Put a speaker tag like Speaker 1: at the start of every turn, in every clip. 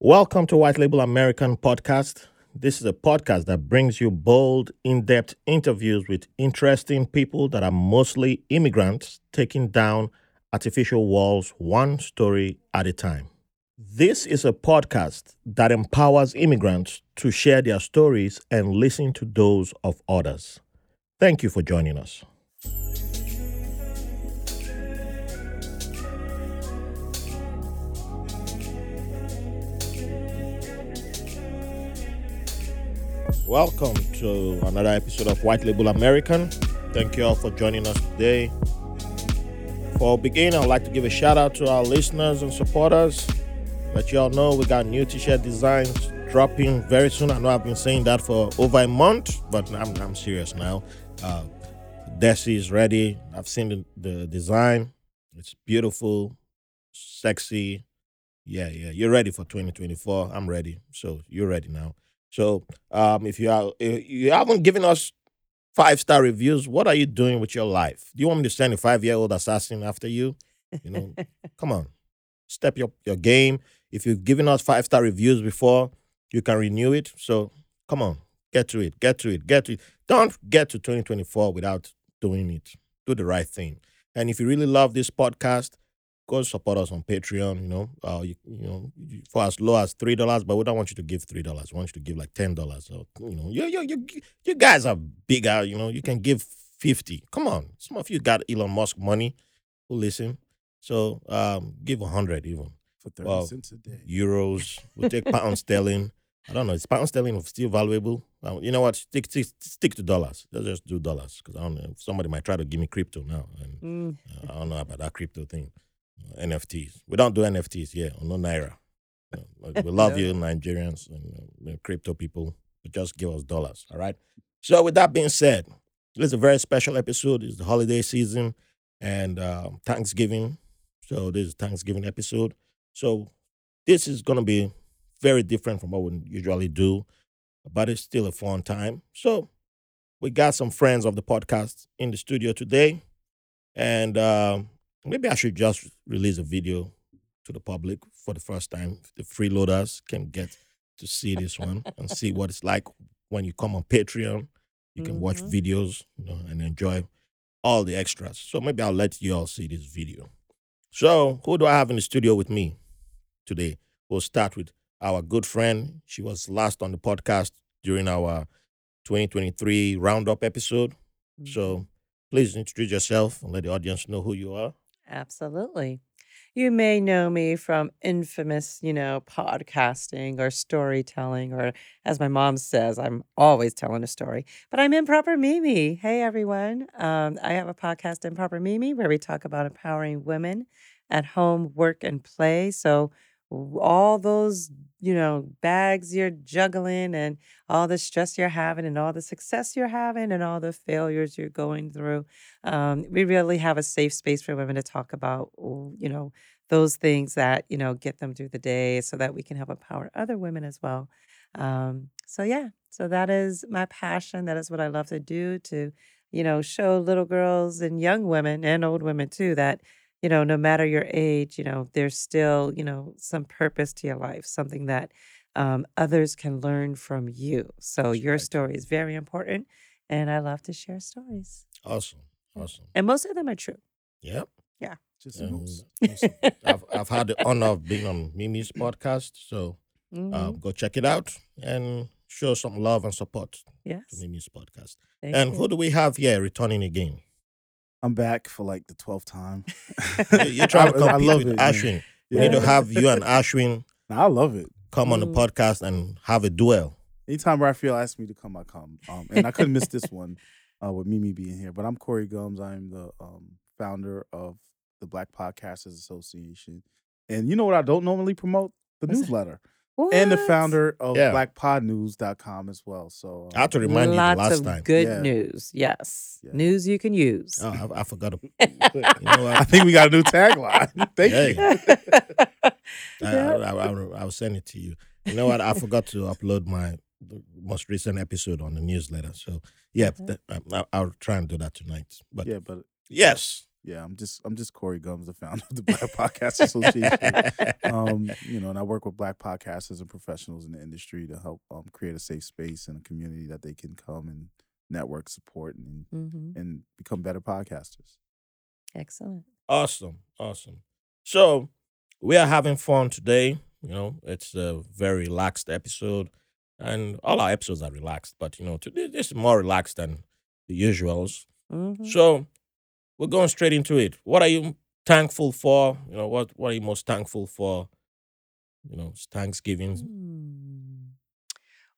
Speaker 1: Welcome to White Label American Podcast. This is a podcast that brings you bold, in depth interviews with interesting people that are mostly immigrants taking down artificial walls one story at a time. This is a podcast that empowers immigrants to share their stories and listen to those of others. Thank you for joining us. Welcome to another episode of White Label American. Thank you all for joining us today. For beginning, I'd like to give a shout out to our listeners and supporters. Let you all know we got new t-shirt designs dropping very soon. I know I've been saying that for over a month, but I'm, I'm serious now. Uh, Desi is ready. I've seen the, the design. It's beautiful, sexy. Yeah, yeah. You're ready for 2024. I'm ready. So you're ready now. So um, if you are if you haven't given us five star reviews, what are you doing with your life? Do you want me to send a five year old assassin after you? You know, come on, step your your game. If you've given us five star reviews before, you can renew it. So come on, get to it, get to it, get to it. Don't get to 2024 without doing it. Do the right thing. And if you really love this podcast, go support us on Patreon. You know, uh, you, you know, you- for as low as three dollars, but we don't want you to give three dollars. We want you to give like ten dollars. So, you know, you you you you guys are bigger. You know, you can give fifty. Come on, some of you got Elon Musk money. Who listen? So um, give a hundred even
Speaker 2: for 30
Speaker 1: Wow.
Speaker 2: cents a day.
Speaker 1: euros. We'll take pound sterling. I don't know. Is pound sterling still valuable? Uh, you know what? Stick stick, stick to dollars. Let's just do dollars because I don't know. Somebody might try to give me crypto now, and
Speaker 3: Mm.
Speaker 1: uh, I don't know about that crypto thing. Uh, NFTs. We don't do NFTs here. or No naira. Uh, but we love
Speaker 3: No.
Speaker 1: you, Nigerians and uh, you know, crypto people. But just give us dollars. All right. So with that being said, this is a very special episode. It's the holiday season and um, Thanksgiving. So this is Thanksgiving episode. So this is going to be very different from what we usually do, but it's still a fun time. So we got some friends of the podcast in the studio today, and um, maybe I should just release a video to the public for the first time. The freeloaders can get to see this one and see what it's like when you come on Patreon. You can watch
Speaker 3: Mhm.
Speaker 1: videos you know, and enjoy all the extras. So maybe I'll let you all see this video. So, who do I have in the studio with me today? We'll start with our good friend. She was last on the podcast during our 2023 roundup episode.
Speaker 3: Mm-hmm.
Speaker 1: So, please introduce yourself and let the audience know who you are.
Speaker 3: Absolutely. You may know me from infamous, you know, podcasting or storytelling, or as my mom says, I'm always telling a story. But I'm Improper Mimi. Hey, everyone. Um, I have a podcast, Improper Mimi, where we talk about empowering women at home, work, and play. So, w- all those, you know, bags you're juggling and all the stress you're having and all the success you're having and all the failures you're going through um, we really have a safe space for women to talk about oh, you know those things that you know get them through the day so that we can help empower other women as well um, so yeah so that is my passion that is what i love to do to you know show little girls and young women and old women too that you know no matter your age you know there's still you know some purpose to your life something that um, others can learn from you so
Speaker 1: That's
Speaker 3: your
Speaker 1: right.
Speaker 3: story is very important and i love to share stories
Speaker 1: Awesome. Awesome.
Speaker 3: and most of them are true.
Speaker 1: Yeah.
Speaker 2: Just
Speaker 1: Yeah.
Speaker 2: most.
Speaker 1: I've, I've had the honor of being on Mimi's
Speaker 2: Mm-hmm.
Speaker 1: podcast. So, uh,
Speaker 3: Mhm.
Speaker 1: go check it out and show some love and support to
Speaker 3: yes.
Speaker 1: Mimi's podcast.
Speaker 3: Thank
Speaker 1: And
Speaker 3: you.
Speaker 1: who do we have here returning again?
Speaker 2: I'm back for like the 12th time.
Speaker 1: You- You're trying to
Speaker 2: I- I
Speaker 1: compete
Speaker 2: love
Speaker 1: with
Speaker 2: it, man.
Speaker 1: Ashwin. We
Speaker 2: Yeah.
Speaker 1: need to have you and Ashwin
Speaker 2: Nah, I love it.
Speaker 1: come on the
Speaker 3: Mm.
Speaker 1: podcast and have a duel.
Speaker 2: Anytime Raphael asks me to come, I come. Um, and I couldn't miss this one uh, with Mimi being here. But I'm Corey Gums. I'm the um, founder of the Black Podcasters Association. And you know what I don't normally promote? The
Speaker 3: What's that?
Speaker 2: newsletter. And the
Speaker 3: What?
Speaker 2: founder of
Speaker 1: Yeah.
Speaker 2: blackpodnews.com as well. So um,
Speaker 1: I have to remind you the
Speaker 3: Lots
Speaker 1: last
Speaker 3: of
Speaker 1: time.
Speaker 3: good
Speaker 2: Yeah.
Speaker 3: news. Yes,
Speaker 2: Yeah.
Speaker 3: news you can use.
Speaker 1: Oh, I, I forgot. To, you know
Speaker 2: I
Speaker 1: what?
Speaker 2: think we got a new tagline. Thank
Speaker 1: Yeah.
Speaker 2: you.
Speaker 1: I,
Speaker 3: Yeah.
Speaker 1: I, I, I, will send it to you. You know what? I forgot to upload my most recent episode on the newsletter. So, yeah, um,
Speaker 3: Okay.
Speaker 1: th- I, I'll try and do that tonight. But
Speaker 2: Yeah, but
Speaker 1: yes,
Speaker 2: Yeah, I'm just I'm just Corey Gums, the founder of the Black Podcast Association. um, you know, and I work with black podcasters and professionals in the industry to help um, create a safe space and a community that they can come and network, support, and
Speaker 3: hmm
Speaker 2: and become better podcasters.
Speaker 3: Excellent.
Speaker 1: Awesome, awesome. So we are having fun today. You know, it's a very relaxed episode, and all our episodes are relaxed. But you know, today this is more relaxed than the usuals.
Speaker 3: Mhm.
Speaker 1: So we're going straight into it. What are you thankful for? You know, what what are you most thankful for? You know, it's
Speaker 3: Mm-hmm.
Speaker 1: Thanksgiving.
Speaker 3: Hmm.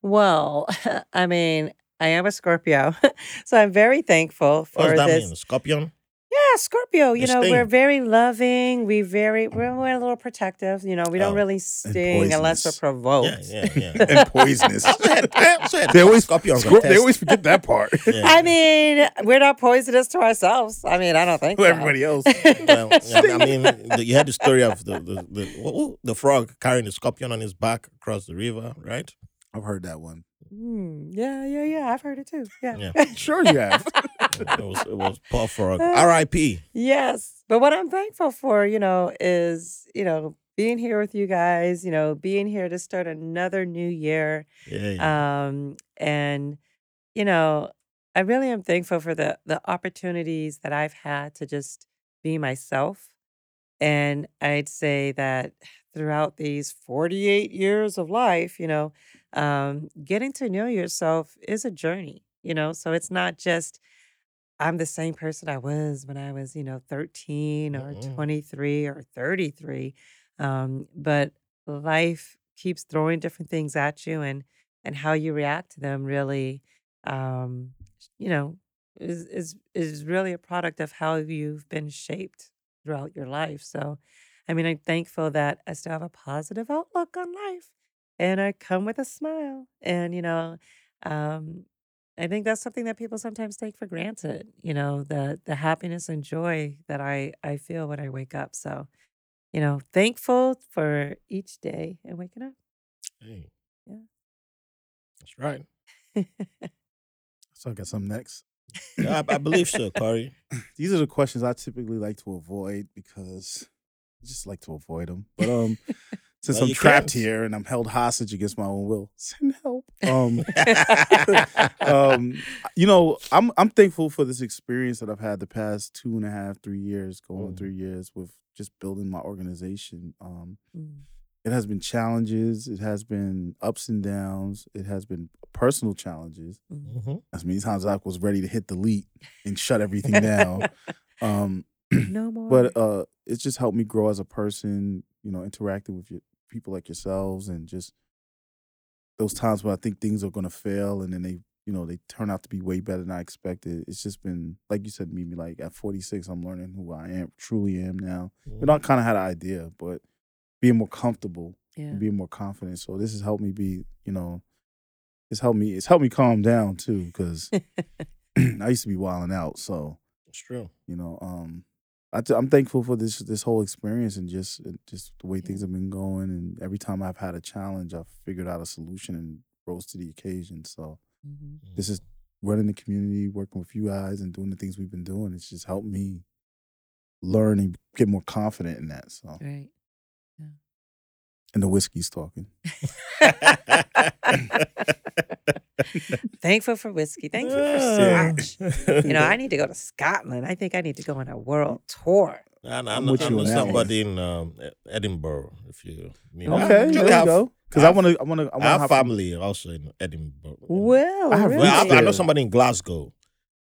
Speaker 3: Well, I mean, I am a Scorpio, so I'm very thankful
Speaker 1: What
Speaker 3: for
Speaker 1: does that
Speaker 3: this.
Speaker 1: mean? Scorpion?
Speaker 3: Yeah, Scorpio. You
Speaker 1: They
Speaker 3: know, we're
Speaker 1: sting.
Speaker 3: very loving. We very we're, we're a little protective. You know, we don't
Speaker 1: Oh.
Speaker 3: really sting unless we're
Speaker 2: poisonous.
Speaker 3: provoked.
Speaker 1: Yeah, yeah, yeah.
Speaker 2: and poisonous.
Speaker 1: they
Speaker 2: They always-
Speaker 1: scorpions. are
Speaker 2: Scorp- they
Speaker 1: test-
Speaker 2: always forget that part.
Speaker 1: yeah.
Speaker 3: I mean, we're not poisonous to ourselves. I mean, I don't think
Speaker 2: To
Speaker 3: so.
Speaker 2: everybody else.
Speaker 1: well, yeah, I mean, the, you had the story of the the, the, who- the frog carrying the scorpion on his back across the river, right?
Speaker 2: I've heard that one.
Speaker 3: Hmm, yeah, yeah, yeah. I've heard it too. Yeah.
Speaker 2: Sure you have.
Speaker 1: It was it was poor frog. R.I.P.
Speaker 3: yes. But what I'm thankful for, you know, is, you know, being here with you guys, you know, being here to start another new year.
Speaker 1: Yeah, yeah.
Speaker 3: um, and you know i really am thankful for the the opportunities that i've had to just be myself and i'd say that throughout these 48 years of life you know um, getting to know yourself is a journey you know so it's not just i'm the same person i was when i was you know 13 or
Speaker 1: Mm-mm.
Speaker 3: 23 or 33 um, but life keeps throwing different things at you and and how you react to them really um you know is is is really a product of how you've been shaped throughout your life so i mean i'm thankful that i still have a positive outlook on life and i come with a smile and you know um i think that's something that people sometimes take for granted you know the the happiness and joy that i i feel when i wake up so you know thankful for each day and waking up
Speaker 1: Hey.
Speaker 3: Yeah.
Speaker 1: That's right.
Speaker 2: So I got some next.
Speaker 1: Yeah, I, I believe so, Corey.
Speaker 2: These are the questions I typically like to avoid because I just like to avoid them. But um, since
Speaker 1: Well,
Speaker 2: I'm
Speaker 1: you
Speaker 2: trapped
Speaker 1: can't.
Speaker 2: here and I'm held hostage against my own will, send help. Um,
Speaker 1: um,
Speaker 2: um, you know, I'm I'm thankful for this experience that I've had the past two and a half, three years, going on
Speaker 1: Mhm.
Speaker 2: three years with just building my organization. Um,
Speaker 3: Mm.
Speaker 2: it has been challenges, it has been ups and downs, it has been personal challenges.
Speaker 3: Mm.
Speaker 2: As many times I was ready to hit delete and shut everything down. um,
Speaker 3: no more.
Speaker 2: but uh, it's just helped me grow as a person. You know, interacting with your, people like yourselves, and just those times where I think things are going to fail, and then they, you know, they turn out to be way better than I expected. It's just been like you said, Mimi. Like at 46, I'm learning who I am, truly am now. And I kind of had an idea, but being more comfortable
Speaker 3: yeah.
Speaker 2: and being more confident. So this has helped me be, you know, it's helped me. It's helped me calm down too, because I used to be wilding out. So
Speaker 1: It's true.
Speaker 2: you know um I t- i'm thankful for this this whole experience and just and just the way
Speaker 3: Yeah.
Speaker 2: things have been going and every time i've had a challenge i've figured out a solution and rose to the occasion so
Speaker 3: Mhm.
Speaker 1: Mm.
Speaker 2: this is running the community working with you guys and doing the things we've been doing it's just helped me learn and get more confident in that so
Speaker 3: Right.
Speaker 2: and the whiskey's talking
Speaker 3: Thankful for whiskey. Thank you for
Speaker 1: Yeah.
Speaker 3: scotch. You know, I need to go to Scotland. I think I need to go on a world tour.
Speaker 1: And
Speaker 2: I'm
Speaker 1: I'm,
Speaker 2: with
Speaker 1: I'm,
Speaker 2: you on that one.
Speaker 1: somebody in um, E- Edinburgh, if you need
Speaker 3: Okay,
Speaker 2: okay there
Speaker 1: Actually,
Speaker 2: you
Speaker 1: our-
Speaker 2: go because i
Speaker 1: our-
Speaker 2: want to i want to i
Speaker 1: Our
Speaker 2: want to
Speaker 1: family also in Edinburgh.
Speaker 3: Well,
Speaker 2: I have-
Speaker 3: really?
Speaker 1: Well, I- I, know
Speaker 2: Really?
Speaker 1: somebody in Glasgow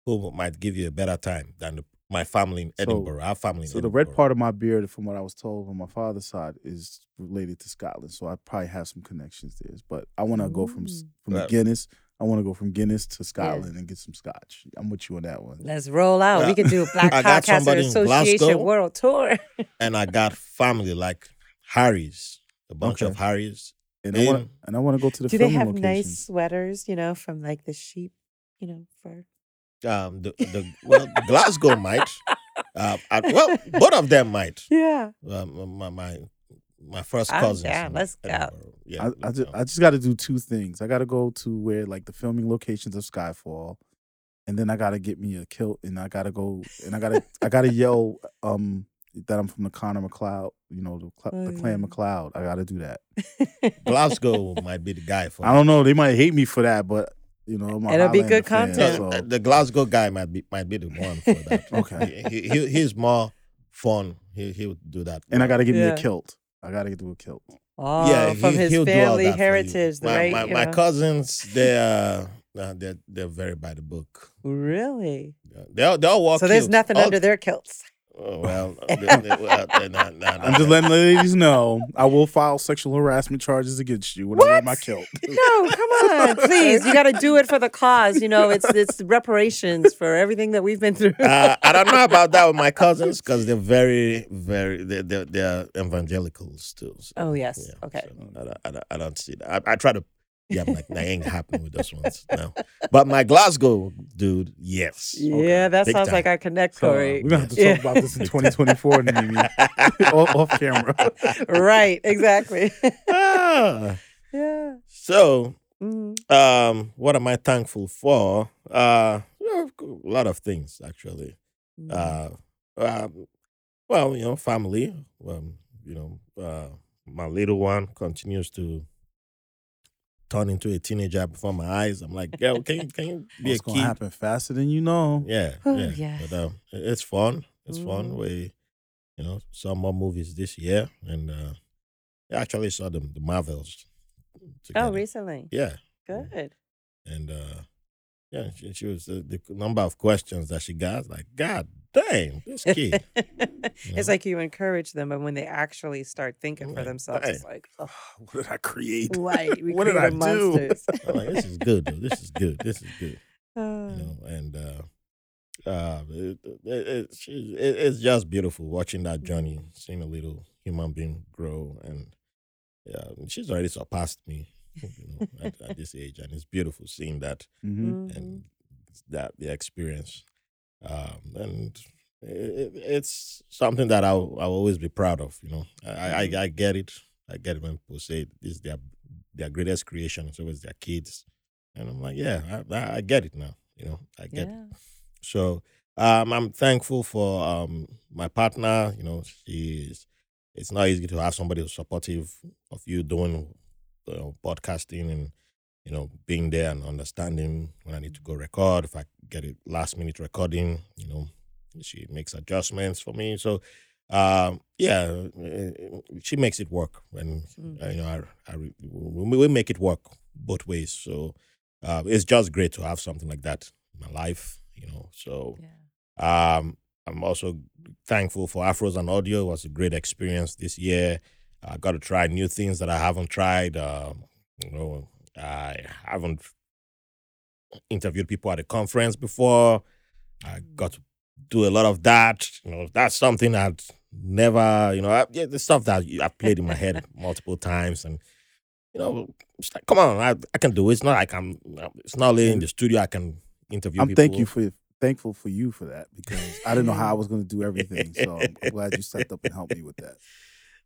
Speaker 1: who might give you a better time than the, my family in
Speaker 2: So-
Speaker 1: Edinburgh. Our family in
Speaker 2: so the
Speaker 1: Edinburgh.
Speaker 2: red part of my beard from what i was told on my father's side is related to scotland so i probably have some connections there but i want to go from s-
Speaker 3: Ooh.
Speaker 2: from the
Speaker 1: Right.
Speaker 2: guinness i want to go from guinness to scotland and get some scotch i'm with you on that one
Speaker 3: Let's roll out.
Speaker 1: Well,
Speaker 3: we can do a Black
Speaker 1: I got
Speaker 3: Podcaster
Speaker 1: somebody in
Speaker 3: Association
Speaker 1: Glasgow.
Speaker 3: world tour.
Speaker 1: And I got family like Harry's, a bunch of
Speaker 2: Okay.
Speaker 1: Harry's.
Speaker 2: and i want
Speaker 1: And-
Speaker 2: and i want to go to the
Speaker 3: do they
Speaker 2: filming
Speaker 3: have nice
Speaker 2: locations
Speaker 3: sweaters, you know, from like the sheep, you know, fur?
Speaker 1: Um, the, the well, Glasgow might. Uh, I- well, both of them might.
Speaker 3: Yeah.
Speaker 1: Um, my my my first
Speaker 3: I'm
Speaker 1: cousins.
Speaker 3: down.
Speaker 1: in
Speaker 3: Let's go.
Speaker 1: Edinburgh. Yeah,
Speaker 2: I, I,
Speaker 1: let's
Speaker 2: just,
Speaker 1: go.
Speaker 2: I just got to do two things i got to go to where like the filming locations of skyfall and then I gotta get me a kilt, and I gotta go, and I gotta, I gotta yell um that I'm from the Connor McLeod, you know, the, Cl-
Speaker 3: Oh,
Speaker 2: the Clan
Speaker 3: yeah.
Speaker 2: McLeod. I gotta do that.
Speaker 1: Glasgow might be the guy for
Speaker 2: I don't know. They might hate me for that, but you know, I'm a
Speaker 3: It'll be
Speaker 2: Highlander
Speaker 3: good
Speaker 2: fan,
Speaker 1: that.
Speaker 3: content.
Speaker 1: No,
Speaker 2: so-
Speaker 1: The Glasgow guy might be might be the one for that.
Speaker 2: okay,
Speaker 1: he, he, he- he's more fun. He he'll do that.
Speaker 2: and I gotta get me
Speaker 3: Yeah.
Speaker 2: a kilt. I gotta do a kilt.
Speaker 3: Oh, from
Speaker 1: he-
Speaker 3: his
Speaker 1: he'll do all
Speaker 3: family
Speaker 1: that for you.
Speaker 3: heritage, the
Speaker 1: my,
Speaker 3: right?
Speaker 1: My,
Speaker 3: you
Speaker 1: my
Speaker 3: know.
Speaker 1: cousins, they're, uh, they're they're very by the book.
Speaker 3: Really?
Speaker 1: Yeah, They all, they all walk.
Speaker 3: so there's
Speaker 1: kilt.
Speaker 3: nothing
Speaker 1: All-
Speaker 3: under their kilts.
Speaker 1: Oh, well, they- they- well, they're not- nah, nah,
Speaker 2: I'm just
Speaker 1: nah.
Speaker 2: letting the ladies know I will file sexual harassment charges against you when I wear
Speaker 3: What?
Speaker 2: my kilt.
Speaker 3: No, come on, please. You got to do it for the cause. You know, it's it's reparations for everything that we've been through.
Speaker 1: Uh, I don't know about that with my cousins because they're very, very, they're, they're, they're evangelicals too. so,
Speaker 3: Oh, yes. Okay.
Speaker 1: so I, don't, I, don't, I don't see that. I, I try to, yeah, I'm like, that ain't happening with those ones. No. But my Glasgow dude, yes.
Speaker 3: Yeah, that
Speaker 1: Big
Speaker 3: sounds
Speaker 1: time.
Speaker 3: like our connect,
Speaker 2: So, uh,
Speaker 3: Corey.
Speaker 2: we're gonna have to talk
Speaker 3: Yeah.
Speaker 2: about this in 2024, Mimi. off, off camera.
Speaker 1: uh,
Speaker 3: right, exactly.
Speaker 1: Ah.
Speaker 3: yeah.
Speaker 1: So,
Speaker 3: Mhm.
Speaker 1: um, what am I thankful for? Uh, yeah, a lot of things, actually.
Speaker 3: Mm-hmm.
Speaker 1: uh, um, well, you know, family. Um, you know, uh, my little one continues to turn into a teenager before my eyes. I'm like, girl, can you can you be
Speaker 2: It's
Speaker 1: a
Speaker 2: gonna
Speaker 1: kid?
Speaker 2: happen faster than you know.
Speaker 1: Yeah,
Speaker 3: Oh,
Speaker 1: yeah.
Speaker 3: yeah.
Speaker 1: But um, i- it's fun. It's fun.
Speaker 3: Mhm.
Speaker 1: We, you know, saw more movies this year, and uh, I actually saw the the Marvels.
Speaker 3: oh,
Speaker 1: together.
Speaker 3: recently.
Speaker 1: Yeah,
Speaker 3: Good.
Speaker 1: and uh, yeah, she, she was uh, the number of questions that she got. I was like, God dang, this kid. Yeah.
Speaker 3: it's like you encourage them, but when they actually start thinking for
Speaker 1: Right.
Speaker 3: themselves, it's like, oh,
Speaker 2: What did I create?
Speaker 3: why? We
Speaker 2: What did
Speaker 3: created
Speaker 2: I do?
Speaker 3: monsters.
Speaker 1: I'm like, this is good though. This is good. This is good. You
Speaker 2: Mm.
Speaker 3: Uh,
Speaker 1: know, and uh, uh, it, it, it, she- it, it's just beautiful watching
Speaker 2: Mm.
Speaker 1: that journey, seeing a little human being grow, and yeah, she's already surpassed me. You know, at, at this age, and it's beautiful seeing that
Speaker 2: Mhm.
Speaker 3: mhm.
Speaker 1: and that the experience, um, and it, it, it's something that I'll I'll always be proud of. You know, I, I I get it. I get it when people say this is their their greatest creation. It's always their kids, and I'm like, yeah, I- I, I get it now. You know, I get it.
Speaker 3: Yeah.
Speaker 1: So um, I'm thankful for um, my partner. You know, she's. It's not easy to have somebody who's supportive of you doing you know, podcasting and you know being there and understanding when I need to go record. If I get a last minute recording, you know, she makes adjustments for me. So um, yeah, eh, eh, she makes it work, and
Speaker 3: Mm.
Speaker 1: uh, you know, I, I re- we, we make it work both ways. So uh, it's just great to have something like that in my life, you know. So
Speaker 3: Yeah.
Speaker 1: um, I'm also thankful for Afros and Audio. It was a great experience this year. I got to try new things that I haven't tried. Uh, you know, I haven't interviewed people at a conference before. I got to do a lot of that. You know, that's something I'd never, you know, I, yeah, the stuff that you- I've played in my head multiple times. And, you know, it's like, come on, I, I can do it. It's not like I'm, it's not only in the studio I can interview
Speaker 2: I'm
Speaker 1: people.
Speaker 2: thank you for thankful for you for that because I didn't know how I was going to do everything. So I'm I'm glad you stepped up and helped me with that.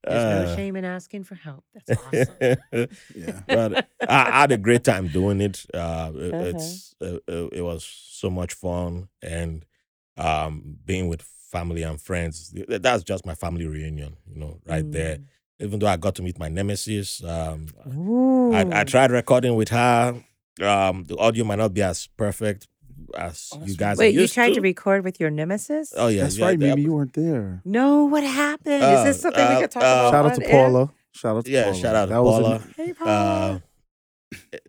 Speaker 3: There's
Speaker 1: Uh,
Speaker 3: no shame in asking for help. That's awesome.
Speaker 2: Yeah.
Speaker 1: but I, I had a great time doing it. Uh, it-
Speaker 3: Uh-huh.
Speaker 1: It's uh, uh, it was so much fun and um, being with family and friends. th- th- That's just my family reunion, you know, right
Speaker 3: Mm.
Speaker 1: there. Even though I got to meet my nemesis, um,
Speaker 3: Ooh.
Speaker 1: I, I tried recording with her. Um, the audio might not be as perfect as
Speaker 2: Oh,
Speaker 1: you
Speaker 2: that's
Speaker 1: guys. are
Speaker 3: Wait, you
Speaker 1: used
Speaker 3: tried to.
Speaker 1: to
Speaker 3: record with your nemesis?
Speaker 1: Oh yeah,
Speaker 2: That's
Speaker 1: yeah,
Speaker 2: right,
Speaker 1: yeah,
Speaker 2: Mimi. You weren't there.
Speaker 3: No, what happened? Is
Speaker 1: Uh,
Speaker 3: this something
Speaker 1: uh,
Speaker 3: we could talk
Speaker 1: uh,
Speaker 3: about?
Speaker 2: Shout out
Speaker 3: on
Speaker 2: to
Speaker 3: air?
Speaker 2: Paula. Shout out to
Speaker 1: Yeah,
Speaker 2: Paula.
Speaker 1: shout out to
Speaker 2: That was
Speaker 1: Paula.
Speaker 2: an-
Speaker 3: Hey,
Speaker 1: Uh,
Speaker 3: Paula.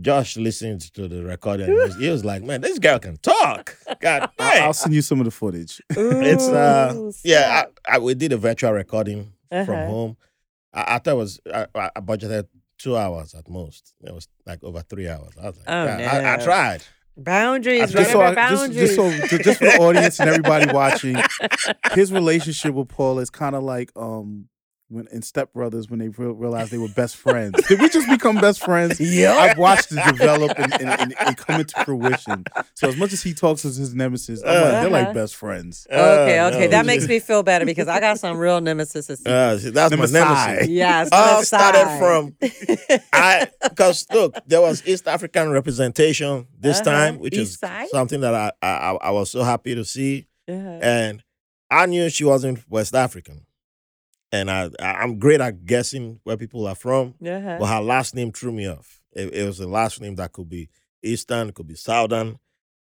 Speaker 1: Josh listened to the recording. And he was- he was like, "Man, this girl can talk." God
Speaker 2: I-
Speaker 1: damn.
Speaker 2: I'll send you some of the footage.
Speaker 1: It's uh,
Speaker 3: Ooh,
Speaker 1: yeah.
Speaker 3: snap.
Speaker 1: I, I, we did a virtual recording from
Speaker 3: Uh-huh.
Speaker 1: home. I, I thought it was I, I I budgeted two hours at most. It was like over three hours. I was like,
Speaker 3: Oh,
Speaker 1: "God, I, I
Speaker 3: no.
Speaker 1: tried. Just
Speaker 3: Boundaries.
Speaker 2: Just
Speaker 1: so
Speaker 2: so,
Speaker 3: remember
Speaker 2: I, just,
Speaker 3: boundaries.
Speaker 2: just so, ju- just for the audience and everybody watching, his relationship with Paula is kind of like um when in Step Brothers when they re- realized they were best friends. Did we just become best friends?
Speaker 1: Yeah.
Speaker 2: I've watched it develop and, and, and, and come into fruition. So as much as he talks as his nemesis, I'm like, they're
Speaker 3: Uh-huh.
Speaker 2: like best friends.
Speaker 3: Okay, okay.
Speaker 1: Oh, no.
Speaker 3: That makes me feel better because I got some real nemesis.
Speaker 1: Uh, see, that's my
Speaker 2: Nemesis.
Speaker 1: nemesis.
Speaker 3: Yes.
Speaker 1: all
Speaker 3: North
Speaker 1: started
Speaker 3: Side.
Speaker 1: from I because look, there was East African representation this
Speaker 3: Uh-huh.
Speaker 1: time, which
Speaker 3: East
Speaker 1: is
Speaker 3: side?
Speaker 1: something that I, I I I was so happy to see,
Speaker 3: Yeah.
Speaker 1: and I knew she wasn't West African, and I I- I'm great at guessing where people are from,
Speaker 3: Yeah.
Speaker 1: but her last name threw me off. It, it was a last name that could be Eastern, could be Southern,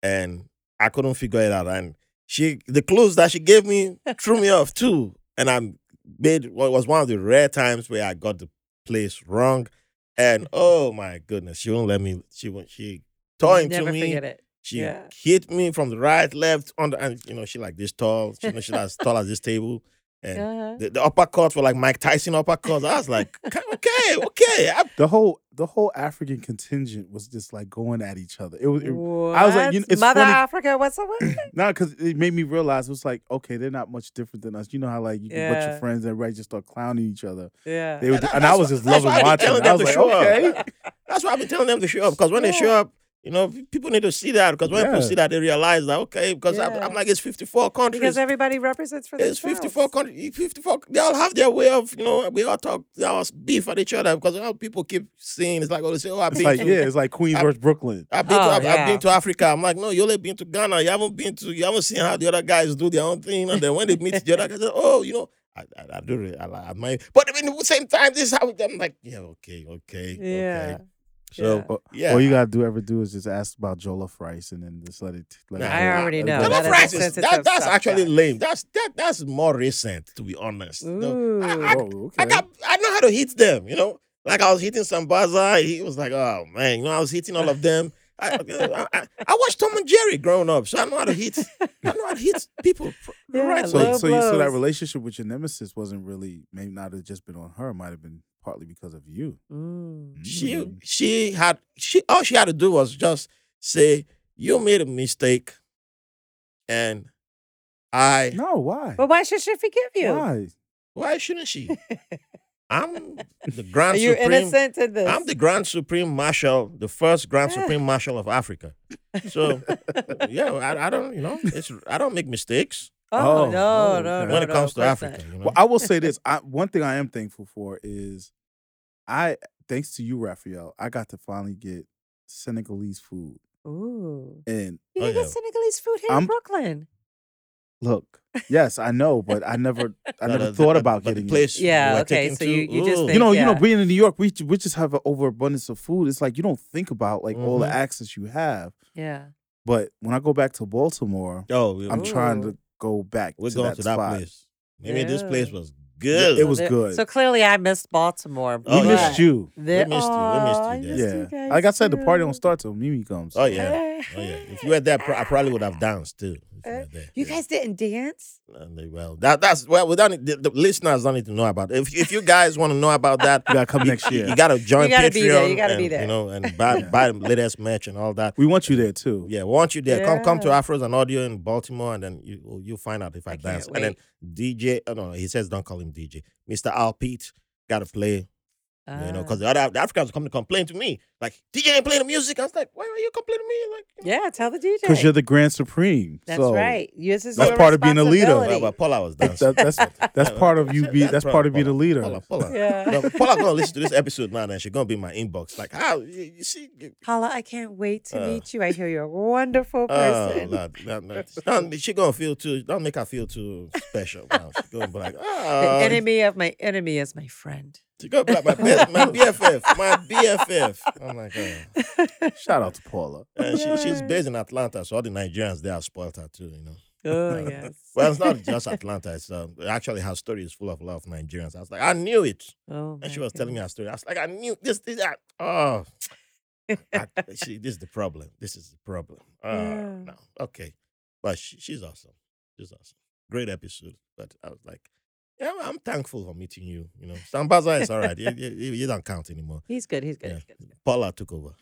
Speaker 1: and I couldn't figure it out. And she the clues that she gave me threw me off too, and I'm made well, it was one of the rare times where I got the place wrong. And oh my goodness, she won't let me. She won't. She tore into
Speaker 3: Never
Speaker 1: me.
Speaker 3: forget it.
Speaker 1: She
Speaker 3: Yeah.
Speaker 1: hit me from the right, left, under, and you know she like this tall. She, you know, she's as tall as this table. And
Speaker 3: Uh-huh.
Speaker 1: the, the uppercuts were like Mike Tyson uppercuts. I was like, okay, okay, I,
Speaker 2: The whole the whole African contingent was just like going at each other. It was it, I was like, you
Speaker 3: What?
Speaker 2: know, it's
Speaker 3: Mother
Speaker 2: funny-
Speaker 3: Africa, what's up with it?
Speaker 2: Not because it made me realize it was like, okay, they're not much different than us. You know how like you can bunch
Speaker 3: Yeah.
Speaker 2: of friends and everybody just start clowning each other.
Speaker 3: Yeah.
Speaker 2: They were,
Speaker 1: And that-
Speaker 2: and I
Speaker 1: that's
Speaker 2: was
Speaker 1: why-
Speaker 2: just
Speaker 1: that's
Speaker 2: loving
Speaker 1: why I be
Speaker 2: watching.
Speaker 1: telling
Speaker 2: it. I
Speaker 1: them
Speaker 2: was
Speaker 1: to
Speaker 2: like,
Speaker 1: show up.
Speaker 2: okay,
Speaker 1: that's why I've been telling them to show up because when they show
Speaker 3: Yeah.
Speaker 1: up, you know, people need to see that because when people
Speaker 2: Yeah.
Speaker 1: see that they realize that okay, because
Speaker 3: Yeah.
Speaker 1: I, I'm like it's 54 countries.
Speaker 3: because everybody represents for
Speaker 1: It's
Speaker 3: themselves.
Speaker 1: 54 countries. 54. They all have their way of, you know, we all talk, they all beef at each other because how people keep seeing, it's like, oh, they say, oh, I've
Speaker 2: it's
Speaker 1: been,
Speaker 2: like
Speaker 1: to,
Speaker 2: yeah, it's like Queens versus Brooklyn.
Speaker 1: I've, been
Speaker 3: Oh,
Speaker 1: to, I've, I've
Speaker 3: yeah.
Speaker 1: been to Africa. I'm like, no, you only been to Ghana. You haven't been to, you haven't seen how the other guys do their own thing. And then when they meet the other guys, oh, you know, I, I, I do, re- I, I might. But I mean, at the same time, this is how, I'm like, yeah, okay, okay,
Speaker 3: Yeah.
Speaker 1: okay. So,
Speaker 2: But
Speaker 1: yeah.
Speaker 2: all you gotta do ever do is just ask about jollof rice and then just let it. Let it
Speaker 1: Nah.
Speaker 3: I
Speaker 2: go.
Speaker 3: already
Speaker 2: Let it
Speaker 3: know.
Speaker 2: go.
Speaker 1: Jollof
Speaker 3: that is
Speaker 1: rice
Speaker 3: a
Speaker 1: is,
Speaker 3: sensitive
Speaker 1: that, that's
Speaker 3: subject.
Speaker 1: actually lame. That's that that's more recent, to be honest. No,
Speaker 3: Ooh.
Speaker 1: I- I-
Speaker 2: Oh,
Speaker 1: I
Speaker 2: okay.
Speaker 1: got I know how to hit them, you know. Like I was hitting some bazaar, he was like, "Oh man, you know, I was hitting all of them." I, I, I, I watched Tom and Jerry growing up, so I know how to hit. I know how to hit people.
Speaker 3: Yeah,
Speaker 1: right,
Speaker 3: low
Speaker 2: So, so, you, so that
Speaker 3: blows.
Speaker 2: relationship with your nemesis wasn't really, maybe not have just been on her. It might have been partly because of you.
Speaker 3: Mm.
Speaker 1: she
Speaker 2: Mm.
Speaker 1: she had she all she had to do was just say, "You made a mistake," and I.
Speaker 2: No, why?
Speaker 3: But why should she forgive you?
Speaker 2: Why?
Speaker 1: Why shouldn't she? I'm the grand
Speaker 3: Are you
Speaker 1: supreme.
Speaker 3: innocent in this?
Speaker 1: I'm the Grand Supreme Marshal, the first Grand Supreme Marshal of Africa. So, yeah, I, I don't, you know, it's I don't make mistakes
Speaker 3: Oh,
Speaker 2: Oh, oh,
Speaker 3: no, no,
Speaker 2: okay.
Speaker 3: no.
Speaker 1: when it
Speaker 3: no,
Speaker 1: comes
Speaker 3: of
Speaker 1: to
Speaker 3: course
Speaker 1: Africa. You know?
Speaker 2: Well, I will say this. I, one thing I am thankful for is, I thanks to you, Raphael, I got to finally get Senegalese food.
Speaker 3: not. Ooh.
Speaker 2: And
Speaker 3: You
Speaker 1: Oh,
Speaker 3: can
Speaker 1: yeah.
Speaker 3: get Senegalese food here in
Speaker 2: I'm-
Speaker 3: Brooklyn.
Speaker 2: look, yes, I know, but I never, I
Speaker 1: But,
Speaker 2: never
Speaker 1: uh,
Speaker 2: thought
Speaker 1: but-
Speaker 2: about
Speaker 1: but
Speaker 2: getting
Speaker 1: the
Speaker 2: it.
Speaker 1: place. we
Speaker 3: Yeah,
Speaker 1: were
Speaker 3: okay,
Speaker 1: taken
Speaker 3: so
Speaker 1: to,
Speaker 3: you- you just
Speaker 1: ooh,
Speaker 3: think-
Speaker 2: you know, you know,
Speaker 3: yeah.
Speaker 2: being in New York, we ju- we just have an overabundance of food. It's like you don't think about like all the
Speaker 1: Mhm.
Speaker 2: access you have.
Speaker 3: Yeah.
Speaker 2: But when I go back to Baltimore,
Speaker 1: Oh, we,
Speaker 2: I'm
Speaker 1: are
Speaker 2: trying
Speaker 3: Ooh.
Speaker 2: to go back to
Speaker 1: going
Speaker 2: that
Speaker 1: to that
Speaker 2: spot.
Speaker 1: place. Maybe this
Speaker 3: Yeah.
Speaker 1: place was
Speaker 2: Yeah,
Speaker 1: good.
Speaker 2: it was
Speaker 3: there-
Speaker 2: good.
Speaker 3: So clearly I missed Baltimore.
Speaker 1: Oh,
Speaker 2: we
Speaker 1: yeah.
Speaker 2: missed you.
Speaker 1: We missed you, we missed you there.
Speaker 2: Yeah. Like I said, the party don't start till Mimi comes.
Speaker 1: Oh, yeah. Oh yeah! If you were there, pro- I probably would have danced too. if you were there.
Speaker 3: You
Speaker 1: Yeah.
Speaker 3: guys didn't dance?
Speaker 1: And they- well, that, that's well. We don't. The, the listeners don't need to know about. It. If if you guys want to know about that,
Speaker 2: You gotta come next
Speaker 1: you-
Speaker 2: year.
Speaker 1: You gotta join
Speaker 3: You gotta
Speaker 1: Patreon.
Speaker 3: be there, you gotta
Speaker 1: and,
Speaker 3: be there.
Speaker 1: You know, and buy
Speaker 2: Yeah.
Speaker 1: buy the latest merch and all that.
Speaker 2: We want you there too.
Speaker 1: Yeah, want you there. Come come to
Speaker 3: Yeah.
Speaker 1: Afros and Audio in Baltimore, and then you oh, you'll find out if I,
Speaker 3: I can't
Speaker 1: dance. And then DJ, oh, no, he says don't call him DJ. Mr. Alpete gotta play. You know,
Speaker 3: Ah.
Speaker 1: because the other the Africans come to complain to me like DJ ain't playing the music. I was like, why are you complaining to me? Like, you know,
Speaker 3: Yeah, tell the DJ.
Speaker 2: Because you're the grand supreme.
Speaker 3: That's
Speaker 2: So
Speaker 3: right. Yours is
Speaker 2: that's
Speaker 3: your
Speaker 2: part of being a leader.
Speaker 1: well,
Speaker 3: responsibility.
Speaker 1: well, Paula was
Speaker 2: That,
Speaker 1: dancing.
Speaker 2: that, that's that's part of you be that's part of being a leader.
Speaker 1: Paula, Paula.
Speaker 3: Yeah.
Speaker 1: No, Paula gonna listen to this episode now, and she's gonna be in my inbox. Like, how you, you see? you-
Speaker 3: Paula, I can't wait to
Speaker 1: Uh,
Speaker 3: meet you. I hear you're a wonderful
Speaker 1: Oh,
Speaker 3: person.
Speaker 1: Lord, Lord, Lord. Don't- she gonna feel too. Don't make her feel too special. Now. She gonna be like,
Speaker 3: the
Speaker 2: Um,
Speaker 1: oh,
Speaker 3: enemy of my enemy is my friend.
Speaker 1: she gonna be like my best, my BFF, my BFF. I'm like, oh.
Speaker 2: Shout out to Paula.
Speaker 1: and she, she's
Speaker 3: Yeah.
Speaker 1: based in Atlanta, so all the Nigerians there have spoiled her too, you know.
Speaker 3: Oh, yes.
Speaker 1: Well, it's not just Atlanta. It's um, actually her story is full of a lot of Nigerians. I was like, I knew it,
Speaker 3: oh,
Speaker 1: and she was telling me her story. I was like, I knew this. this that. Oh, I, she, this is the problem. This is the problem. Uh,
Speaker 3: Yeah.
Speaker 1: No, okay, but she, she's awesome. She's awesome. Great episode. But I was like, yeah, I'm thankful for meeting you. You know, Sambaza is all right. you, you- you- you don't count anymore.
Speaker 3: He's good. He's good.
Speaker 1: Yeah.
Speaker 3: He's good.
Speaker 1: Paula took over.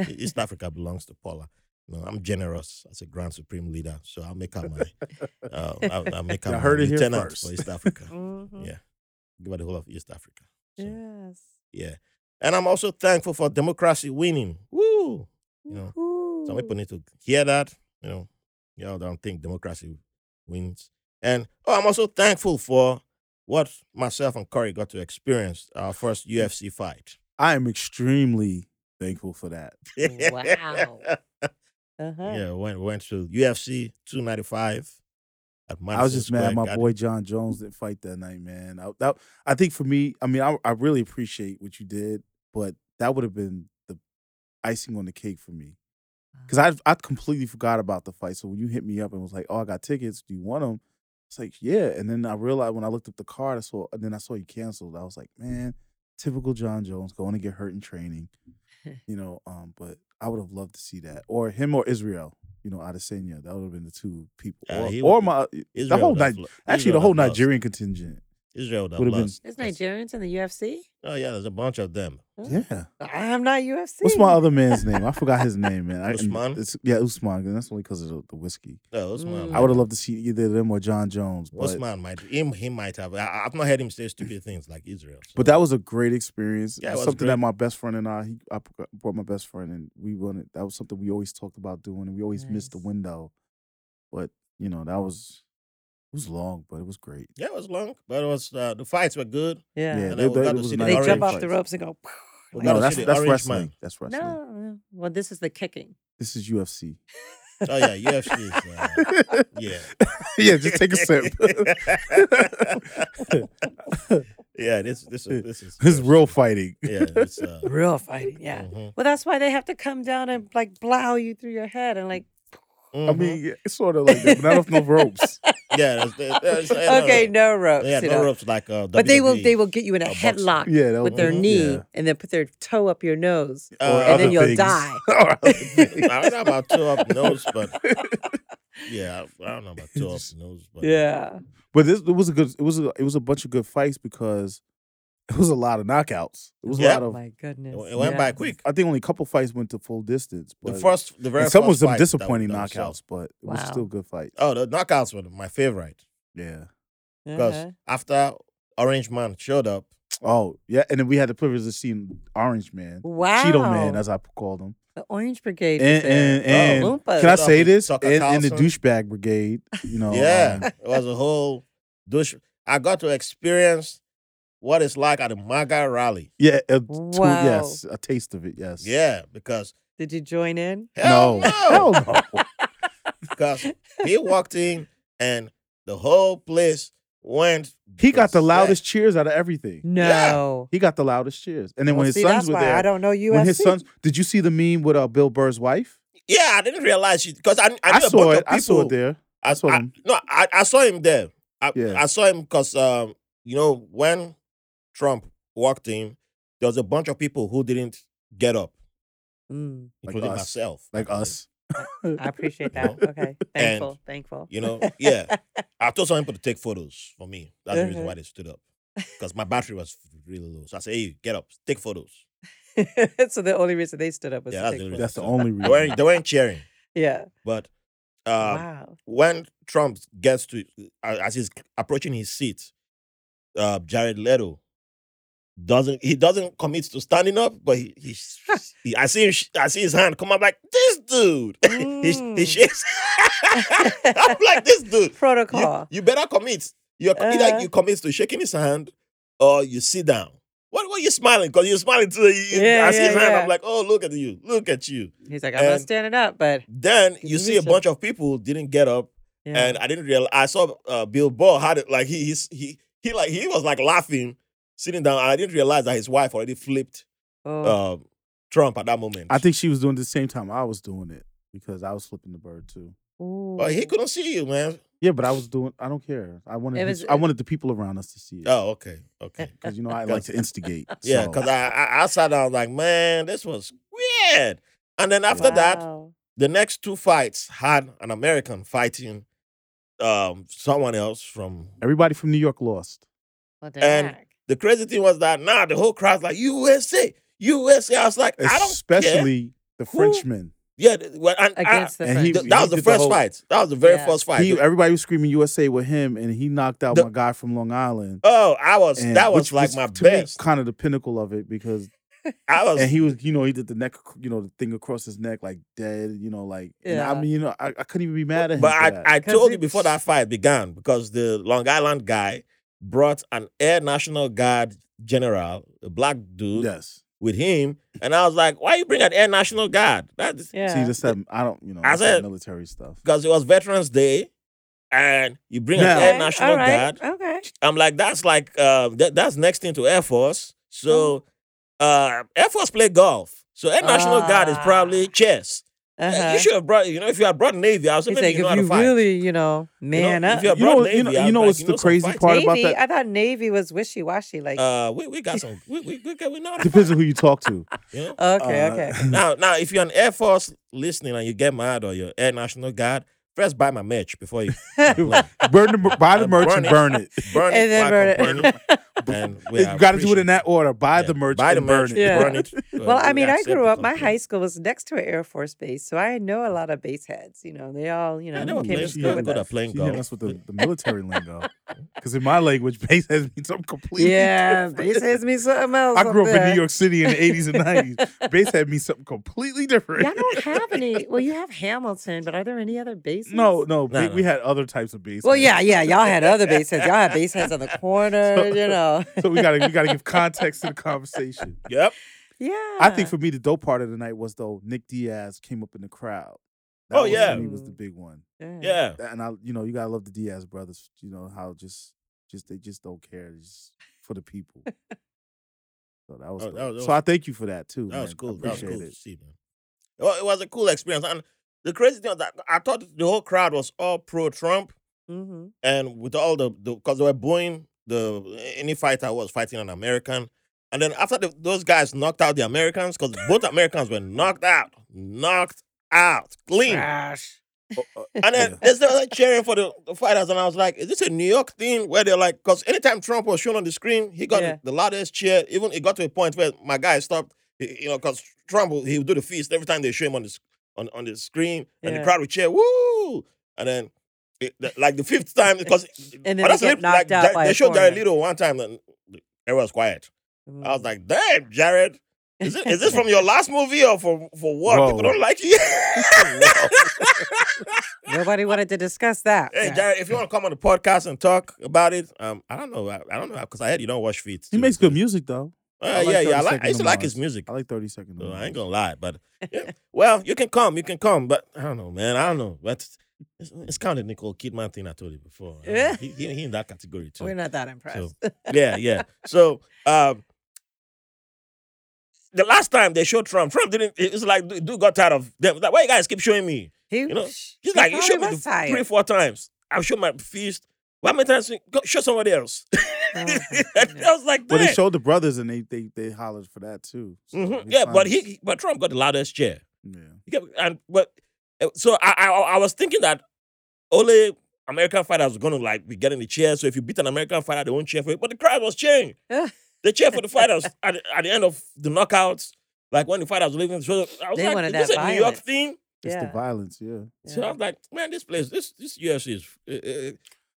Speaker 1: E- East Africa belongs to Paula. You know, I'm generous as a Grand Supreme Leader, so I'll make her my. Uh, I'll, I'll make her
Speaker 2: You
Speaker 1: my
Speaker 2: heard it here
Speaker 1: lieutenant
Speaker 2: first.
Speaker 1: for East Africa.
Speaker 3: Mhm.
Speaker 1: Yeah. Give the whole of East Africa. So,
Speaker 3: Yes.
Speaker 1: yeah. And I'm also thankful for democracy winning. Woo! You know,
Speaker 3: Woohoo.
Speaker 1: Some people need to hear that. You know, y'all don't think democracy wins. And oh, I'm also thankful for what myself and Corey got to experience our first UFC fight.
Speaker 2: I am extremely thankful for that.
Speaker 3: Wow. Uh-huh.
Speaker 1: yeah, went went to UFC 295 at Madison
Speaker 2: I was just
Speaker 1: Square
Speaker 2: mad my
Speaker 1: Garden.
Speaker 2: boy John Jones didn't fight that night, man. I, that, I think for me, I mean, I, I really appreciate what you did, but that would have been the icing on the cake for me
Speaker 3: Uh-huh.
Speaker 2: because I I completely forgot about the fight. So when you hit me up and was like, "Oh, I got tickets. Do you want them?" It's like, "Yeah." And then I realized when I looked up the card, I saw and then I saw you canceled. I was like, "Man, typical John Jones going to get hurt in training." you know, um, but I would have loved to see that or him or Israel. You know, Adesanya. That would have been the two people,
Speaker 1: Yeah,
Speaker 2: or,
Speaker 1: he
Speaker 2: or
Speaker 1: would-
Speaker 2: my
Speaker 1: Israel
Speaker 2: whole
Speaker 1: that
Speaker 2: Ni-
Speaker 1: lo-
Speaker 2: actually
Speaker 1: Israel
Speaker 2: the whole
Speaker 1: that lost.
Speaker 2: Nigerian contingent.
Speaker 1: Israel that
Speaker 2: would've been-
Speaker 1: lost.
Speaker 3: There's Nigerians in the UFC?
Speaker 1: Oh yeah, there's a bunch of them.
Speaker 3: Huh?
Speaker 2: Yeah.
Speaker 3: Oh, I'm not UFC.
Speaker 2: What's my other man's name? I forgot his name, man. I, and
Speaker 1: Usman?
Speaker 2: It's, yeah, Usman. And that's only because of the, the whiskey.
Speaker 1: No, Usman.
Speaker 3: Mm.
Speaker 1: might-
Speaker 2: I would have loved to see either them or John Jones. But
Speaker 1: Usman might him he might have. I, I've not heard him say stupid things like Israel. so-
Speaker 2: But that was a great experience.
Speaker 1: Yeah, it
Speaker 2: It's
Speaker 1: was
Speaker 2: something
Speaker 1: great.
Speaker 2: that my best friend and I, he, I br- brought my best friend, and we wanted. That was something we always talked about doing, and we always missed the
Speaker 3: Nice.
Speaker 2: window. But you know, that was it was long, but it was great.
Speaker 1: yeah, it was long, but it was uh, the fights were good.
Speaker 3: Yeah.
Speaker 2: Yeah,
Speaker 1: And
Speaker 2: they-
Speaker 1: then we
Speaker 2: that-
Speaker 1: got
Speaker 2: it
Speaker 1: to
Speaker 2: was
Speaker 1: see
Speaker 2: an
Speaker 1: the
Speaker 3: They
Speaker 1: orange
Speaker 3: jump
Speaker 2: outrageous
Speaker 3: off the
Speaker 2: fight.
Speaker 3: ropes and go.
Speaker 1: We
Speaker 3: like
Speaker 1: gotta
Speaker 2: No,
Speaker 1: see
Speaker 2: that's
Speaker 1: the
Speaker 2: that's
Speaker 1: orange
Speaker 2: wrestling.
Speaker 1: man.
Speaker 2: That's wrestling.
Speaker 3: No. Well, this is the kicking.
Speaker 2: This is UFC.
Speaker 1: Oh yeah, UFC. Is, uh, yeah,
Speaker 2: yeah, just take a sip.
Speaker 1: yeah, this this is this is
Speaker 2: this is real fighting.
Speaker 1: Yeah, it's, uh,
Speaker 3: Real fighting. Yeah.
Speaker 1: mhm,
Speaker 3: Well, that's why they have to come down and like blow you through your head and like.
Speaker 2: I
Speaker 3: Mm-hmm.
Speaker 1: mhm.
Speaker 2: mean, it's sort of like that, but not off no ropes.
Speaker 1: yeah, that's, that- that's,
Speaker 3: Okay, no ropes.
Speaker 1: uh, yeah,
Speaker 3: you
Speaker 1: no
Speaker 3: know.
Speaker 1: ropes like uh,
Speaker 3: But they will.
Speaker 1: WWE.
Speaker 3: They will get you in a
Speaker 1: a boxer.
Speaker 3: headlock
Speaker 2: Yeah, that
Speaker 3: with
Speaker 2: was-
Speaker 3: their knee,
Speaker 2: yeah.
Speaker 3: and then put their toe up your nose.
Speaker 1: Uh,
Speaker 2: Or
Speaker 1: and
Speaker 2: other
Speaker 1: then
Speaker 3: you'll
Speaker 2: things.
Speaker 3: die.
Speaker 2: Or other things.
Speaker 1: I don't know about two up nose, but yeah, I I don't know about two up nose, but
Speaker 3: Yeah.
Speaker 2: But this it was a good it was a, it was a bunch of good fights because it was a lot of knockouts. It was
Speaker 1: Yeah.
Speaker 2: a
Speaker 3: Oh
Speaker 2: lot of
Speaker 3: my goodness.
Speaker 1: it, it went by quick.
Speaker 2: I think only a couple fights went to full distance.
Speaker 1: The
Speaker 2: But
Speaker 1: first, the very
Speaker 2: and some
Speaker 1: first
Speaker 2: was
Speaker 1: fight
Speaker 2: some
Speaker 1: that was
Speaker 2: disappointing
Speaker 1: done, so-
Speaker 2: knockouts, but it was
Speaker 3: Wow.
Speaker 2: still good fight.
Speaker 1: Oh, the knockouts were my favorite
Speaker 2: Yeah.
Speaker 1: because
Speaker 3: Uh-huh.
Speaker 1: after Orange Man showed up,
Speaker 2: Oh yeah, and then we had the privilege of seeing Orange Man,
Speaker 3: Wow.
Speaker 2: Cheeto Man, as I called him.
Speaker 3: the Orange Brigade. was
Speaker 2: And
Speaker 3: there.
Speaker 2: and, and
Speaker 1: Oh.
Speaker 3: Oompas.
Speaker 2: can I
Speaker 1: Stuff
Speaker 2: say
Speaker 1: with
Speaker 2: this? And,
Speaker 1: Tucker
Speaker 2: and the
Speaker 1: Carlson.
Speaker 2: douchebag brigade, you know.
Speaker 1: yeah,
Speaker 2: um,
Speaker 1: it was a whole douche. I got to experience what it's like at a MAGA rally.
Speaker 2: yeah. uh, to-
Speaker 3: Wow.
Speaker 2: yes, a taste of it. Yes.
Speaker 1: Yeah, because
Speaker 3: Did you join in?
Speaker 1: hell
Speaker 2: no.
Speaker 1: no,
Speaker 2: Hell no.
Speaker 1: because he walked in and the whole place went.
Speaker 2: He got the
Speaker 1: berserk.
Speaker 2: loudest cheers out of everything.
Speaker 3: No.
Speaker 2: He got the loudest cheers. And then
Speaker 3: Well,
Speaker 2: when his
Speaker 3: see,
Speaker 2: sons
Speaker 3: that's
Speaker 2: were
Speaker 3: why I
Speaker 2: there,
Speaker 3: don't know UFC.
Speaker 2: when his sons, did you see the meme with uh, Bill Burr's wife?
Speaker 1: Yeah, I didn't realize she because I, I, knew a
Speaker 2: saw
Speaker 1: bunch
Speaker 2: it.
Speaker 1: Of people,
Speaker 2: I saw it there.
Speaker 1: I,
Speaker 2: saw
Speaker 1: I-
Speaker 2: him.
Speaker 1: no, I, I saw him there. I,
Speaker 2: Yeah.
Speaker 1: I saw him because um, you know when Trump walked in, there was a bunch of people who didn't get up,
Speaker 3: Mm,
Speaker 2: Like
Speaker 1: including
Speaker 2: us.
Speaker 1: myself,
Speaker 2: Like us.
Speaker 3: I appreciate that. Okay. Thankful. thankful.
Speaker 1: You know, yeah. I told some people to take photos for me. That's the reason
Speaker 2: Uh-huh.
Speaker 1: why they stood up because my battery was really low. So I said, "Hey, get up, take photos."
Speaker 3: so the only reason they stood up was
Speaker 1: Yeah,
Speaker 3: to
Speaker 1: that's
Speaker 3: take
Speaker 1: the
Speaker 3: photos.
Speaker 1: only
Speaker 2: That's the
Speaker 1: Yeah.
Speaker 2: only
Speaker 1: They weren't,
Speaker 2: reason.
Speaker 1: they weren't cheering,
Speaker 3: Yeah.
Speaker 1: but uh,
Speaker 3: wow.
Speaker 1: when Trump gets to uh, as he's approaching his seat, uh, Jared Leto doesn't he doesn't commit to standing up, but he, he, he- I see him, sh- I see his hand come. I'm like this dude. he, sh- he
Speaker 3: Mm.
Speaker 1: shakes. I'm like this dude. You,
Speaker 3: Protocol.
Speaker 1: you better commit. You either
Speaker 3: Uh-huh.
Speaker 1: you commit to shaking his hand or you sit down. What what you smiling? Because you're smiling to the you,
Speaker 3: Yeah,
Speaker 1: I see his hand.
Speaker 3: yeah, yeah.
Speaker 1: I'm like, oh look at you, look at you.
Speaker 3: He's like, I'm not
Speaker 1: and-
Speaker 3: standing up, but
Speaker 1: Then
Speaker 3: Give
Speaker 1: you
Speaker 3: me
Speaker 1: see a
Speaker 3: some.
Speaker 1: bunch of people didn't get up
Speaker 3: yeah.
Speaker 1: and I didn't realize I saw uh, Bill Burr had it like he he's, he he like he was like laughing sitting down. And I didn't realize that his wife already flipped
Speaker 3: oh,
Speaker 1: uh, Trump at that moment.
Speaker 2: I think she was doing the same time I was doing it because I was flipping the bird too.
Speaker 1: Well, he
Speaker 3: ooh.
Speaker 1: couldn't see you, man.
Speaker 2: Yeah, but I was doing. I don't care. I wanted.
Speaker 3: It
Speaker 2: his-
Speaker 3: was- uh,
Speaker 2: I wanted the people around us to see it
Speaker 1: Oh, okay,
Speaker 3: Eh,
Speaker 1: okay.
Speaker 2: because you know I like to instigate.
Speaker 1: Yeah,
Speaker 2: so-
Speaker 1: because I, I I sat down I was like, man, this was weird. And then after that,
Speaker 3: Wow.
Speaker 1: the next two fights had an American fighting um someone else from
Speaker 2: everybody from New York lost.
Speaker 3: Well, dang.
Speaker 1: the crazy thing was that now the whole crowd's like USA, USA. I was like, I don't care.
Speaker 2: Especially the
Speaker 1: Who-
Speaker 2: Frenchman.
Speaker 1: Yeah, th- well, and, ah, and-
Speaker 3: against the
Speaker 2: and he-
Speaker 3: French.
Speaker 1: th- that was the
Speaker 2: did the
Speaker 1: first
Speaker 2: whole-
Speaker 1: fight. That was the very
Speaker 3: Yeah.
Speaker 1: first fight.
Speaker 2: He, everybody was screaming USA with him, and he knocked out
Speaker 1: The-
Speaker 2: my guy from Long Island.
Speaker 1: oh, I was
Speaker 2: and-
Speaker 1: that was
Speaker 2: which
Speaker 1: like my
Speaker 2: to me
Speaker 1: best.
Speaker 2: kind of the pinnacle of it because
Speaker 1: I was
Speaker 2: and he was you know he did the neck you know the thing across his neck like dead you know like and I
Speaker 3: Yeah.
Speaker 2: mean you know I, I couldn't even be mad at him.
Speaker 1: But
Speaker 2: for
Speaker 1: I,
Speaker 2: that.
Speaker 1: I
Speaker 3: 'Cause
Speaker 1: told you
Speaker 3: it-
Speaker 1: before that fight began because the Long Island guy brought an Air National Guard general, a black dude,
Speaker 2: yes
Speaker 1: with him, and I was like, "Why you bring an Air National Guard?" That's
Speaker 3: yeah.
Speaker 2: see this that I don't you know
Speaker 1: I
Speaker 2: that's that
Speaker 1: said-
Speaker 2: military stuff.
Speaker 1: because it was Veterans Day, and you bring
Speaker 2: Now-
Speaker 1: an Air
Speaker 3: Okay,
Speaker 1: National
Speaker 3: all right,
Speaker 1: Guard.
Speaker 3: Okay.
Speaker 1: I'm like, that's like uh, that, that's next thing to Air Force. So
Speaker 2: Oh.
Speaker 1: uh, Air Force play golf. So Air National Guard is
Speaker 3: Ah.
Speaker 1: probably chess. Uh,
Speaker 3: Uh-huh.
Speaker 1: You should have brought, you know, if you had brought Navy, I was
Speaker 3: He's
Speaker 1: maybe
Speaker 3: like,
Speaker 1: you know how
Speaker 3: if
Speaker 1: to
Speaker 3: you
Speaker 1: fight.
Speaker 3: really, you know,
Speaker 1: You know,
Speaker 3: man
Speaker 1: if
Speaker 3: up.
Speaker 1: you had
Speaker 2: You
Speaker 1: brought
Speaker 2: know- you
Speaker 1: Navy,
Speaker 2: know-
Speaker 1: I
Speaker 2: you
Speaker 1: was
Speaker 2: know
Speaker 1: like,
Speaker 2: what's the
Speaker 1: some
Speaker 2: crazy
Speaker 1: fighting.
Speaker 2: part about
Speaker 3: Navy.
Speaker 2: that-
Speaker 3: I thought Navy was wishy washy. Like,
Speaker 1: Uh, we, we got some. We we we, got, we know. how to
Speaker 2: Depends on who you talk to.
Speaker 1: fight, you know?
Speaker 3: okay,
Speaker 2: Uh,
Speaker 3: okay.
Speaker 1: now now if you're an Air Force listening and you get mad or you're Air National Guard, first buy my merch before you like,
Speaker 2: burn the, buy the
Speaker 1: Uh,
Speaker 2: merch
Speaker 1: burn
Speaker 2: and
Speaker 1: it.
Speaker 2: burn it.
Speaker 1: burn it.
Speaker 3: and then
Speaker 1: like,
Speaker 3: burn
Speaker 1: burn
Speaker 3: it.
Speaker 1: And we
Speaker 2: you got to do it in that order. Buy
Speaker 1: Yeah,
Speaker 2: the merch
Speaker 1: Buy the
Speaker 2: and
Speaker 1: merch.
Speaker 2: burn it.
Speaker 3: Yeah.
Speaker 1: Burn it.
Speaker 3: Well, I
Speaker 1: We
Speaker 3: mean, I
Speaker 1: accept
Speaker 3: grew
Speaker 1: the
Speaker 3: up. My
Speaker 1: complaint.
Speaker 3: high school was next to an Air Force base, so I know a lot of base heads. You know, they all, you know,
Speaker 1: Yeah, they were
Speaker 3: came to
Speaker 1: players.
Speaker 3: school
Speaker 1: They
Speaker 3: with
Speaker 1: were good
Speaker 3: us.
Speaker 1: at playing
Speaker 2: She hitting
Speaker 1: golf.
Speaker 2: us with the, the military lingo. Because in my language, base has means I'm completely.
Speaker 3: Yeah,
Speaker 2: different.
Speaker 3: base heads mean something else.
Speaker 2: I grew up in
Speaker 3: there.
Speaker 2: New York City in the 80s and 90s. Base had me something completely different.
Speaker 3: Y'all don't have any. Well, you have Hamilton, but are there any other bases?
Speaker 2: No, no,
Speaker 1: No,
Speaker 2: we,
Speaker 1: no.
Speaker 2: we had other types of base.
Speaker 3: Well,
Speaker 2: heads.
Speaker 3: yeah, yeah. Y'all had other base heads. Y'all had base heads on the corner. you know.
Speaker 2: So we gotta we gotta give context to the conversation.
Speaker 1: Yep.
Speaker 3: Yeah.
Speaker 2: I think for me the dope part of the night was though Nick Diaz came up in the crowd. That
Speaker 1: Oh,
Speaker 2: was,
Speaker 1: yeah.
Speaker 2: for me was the big one.
Speaker 1: Yeah.
Speaker 2: and I, you know, you gotta love the Diaz brothers. You know how just, just they just don't care. It's just for the people. so that was,
Speaker 1: Oh,
Speaker 2: dope.
Speaker 1: that was- that
Speaker 2: so
Speaker 1: was-
Speaker 2: I thank you for that too.
Speaker 1: That was
Speaker 2: man.
Speaker 1: cool.
Speaker 2: I
Speaker 1: That was
Speaker 2: appreciate
Speaker 1: cool to
Speaker 2: it.
Speaker 1: see, man. Well, it was a cool experience. And the crazy thing was that I thought the whole crowd was all pro Trump
Speaker 3: Mm-hmm.
Speaker 1: and with all the because they were booing the any fighter who was fighting an American. And then after the, those guys knocked out the Americans, because both Americans were knocked out, knocked out, clean.
Speaker 3: Trash.
Speaker 2: Oh, uh,
Speaker 1: And then
Speaker 2: Yeah.
Speaker 1: they started like, cheering for the, the fighters, and I was like, "Is this a New York thing?" Where they're like, because anytime Trump was shown on the screen, he got
Speaker 3: Yeah.
Speaker 1: the loudest cheer. Even it got to a point where my guy stopped, y- you know, because Trump would- he would do the feast every time they show him on the s- on, on the screen, and
Speaker 3: Yeah.
Speaker 1: the crowd would cheer, "Woo!" And then, it, the- like the fifth time, because
Speaker 3: And then
Speaker 1: but
Speaker 3: they
Speaker 1: that's
Speaker 3: get
Speaker 1: lit-
Speaker 3: knocked out
Speaker 1: Jar-
Speaker 3: by
Speaker 1: they
Speaker 3: a
Speaker 1: showed Jared
Speaker 3: foreigner.
Speaker 1: Leto one time, and everyone's quiet. I was
Speaker 3: Mm.
Speaker 1: like, "Damn, Jared." Is, it, is this from your last movie or for, for what?
Speaker 2: Whoa.
Speaker 1: People don't like you.
Speaker 3: Nobody wanted to discuss that.
Speaker 1: Hey,
Speaker 3: Yeah.
Speaker 1: Jared, if you want to come on the podcast and talk about it, um, I don't know, I, I don't know, because I heard you don't watch feet.
Speaker 2: he
Speaker 1: too.
Speaker 2: makes good music though.
Speaker 1: Uh,
Speaker 2: I like
Speaker 1: yeah, yeah, I, like, I used
Speaker 2: 30
Speaker 1: to
Speaker 2: Seconds
Speaker 1: like
Speaker 2: to
Speaker 1: his
Speaker 2: Mars.
Speaker 1: music.
Speaker 2: I like Thirty Second.
Speaker 1: So I ain't gonna lie, but yeah. well, you can come, you can come, but I don't know, man, I don't know, but it's, it's kind of Nicole Kidman thing I told you before. I don't know,
Speaker 3: Yeah.
Speaker 1: he, he, he in that category too.
Speaker 3: We're not that impressed.
Speaker 1: yeah, yeah. So um, the last time they showed Trump, Trump didn't. It's like dude dude got tired of them. Like, why you guys keep showing me?
Speaker 3: He,
Speaker 1: You know,
Speaker 3: he
Speaker 1: He's like, you
Speaker 3: probably
Speaker 1: showed me
Speaker 3: was
Speaker 1: the f- three,
Speaker 3: tired.
Speaker 1: four times. I've shown my fist. Why many times? you- Go, show somebody else.
Speaker 3: Oh,
Speaker 1: I
Speaker 3: my goodness.
Speaker 1: was like,
Speaker 2: Well, they
Speaker 1: "Damn."
Speaker 2: showed the brothers and they they they hollered for that too. So
Speaker 1: Mhm.
Speaker 2: his
Speaker 1: Yeah, but
Speaker 2: son
Speaker 1: he,
Speaker 2: is-
Speaker 1: he- but Trump got the loudest chair.
Speaker 2: yeah.
Speaker 1: He kept, and but uh, so I, I I was thinking that only American fighters were gonna like be getting the chair. So if you beat an American fighter, they won't cheer for it. But the crowd was cheering.
Speaker 3: Yeah.
Speaker 1: they cheered for the fighters at, the- at the end of the knockouts. Like when the fighters were leaving, so I was
Speaker 3: They
Speaker 1: like,
Speaker 3: wanted
Speaker 1: "Is this
Speaker 3: that
Speaker 1: a New York
Speaker 3: violence.
Speaker 1: thing?"
Speaker 2: It's the
Speaker 3: Yeah.
Speaker 2: violence, yeah.
Speaker 1: So I was like, "Man, this place, this this UFC is." Uh, uh,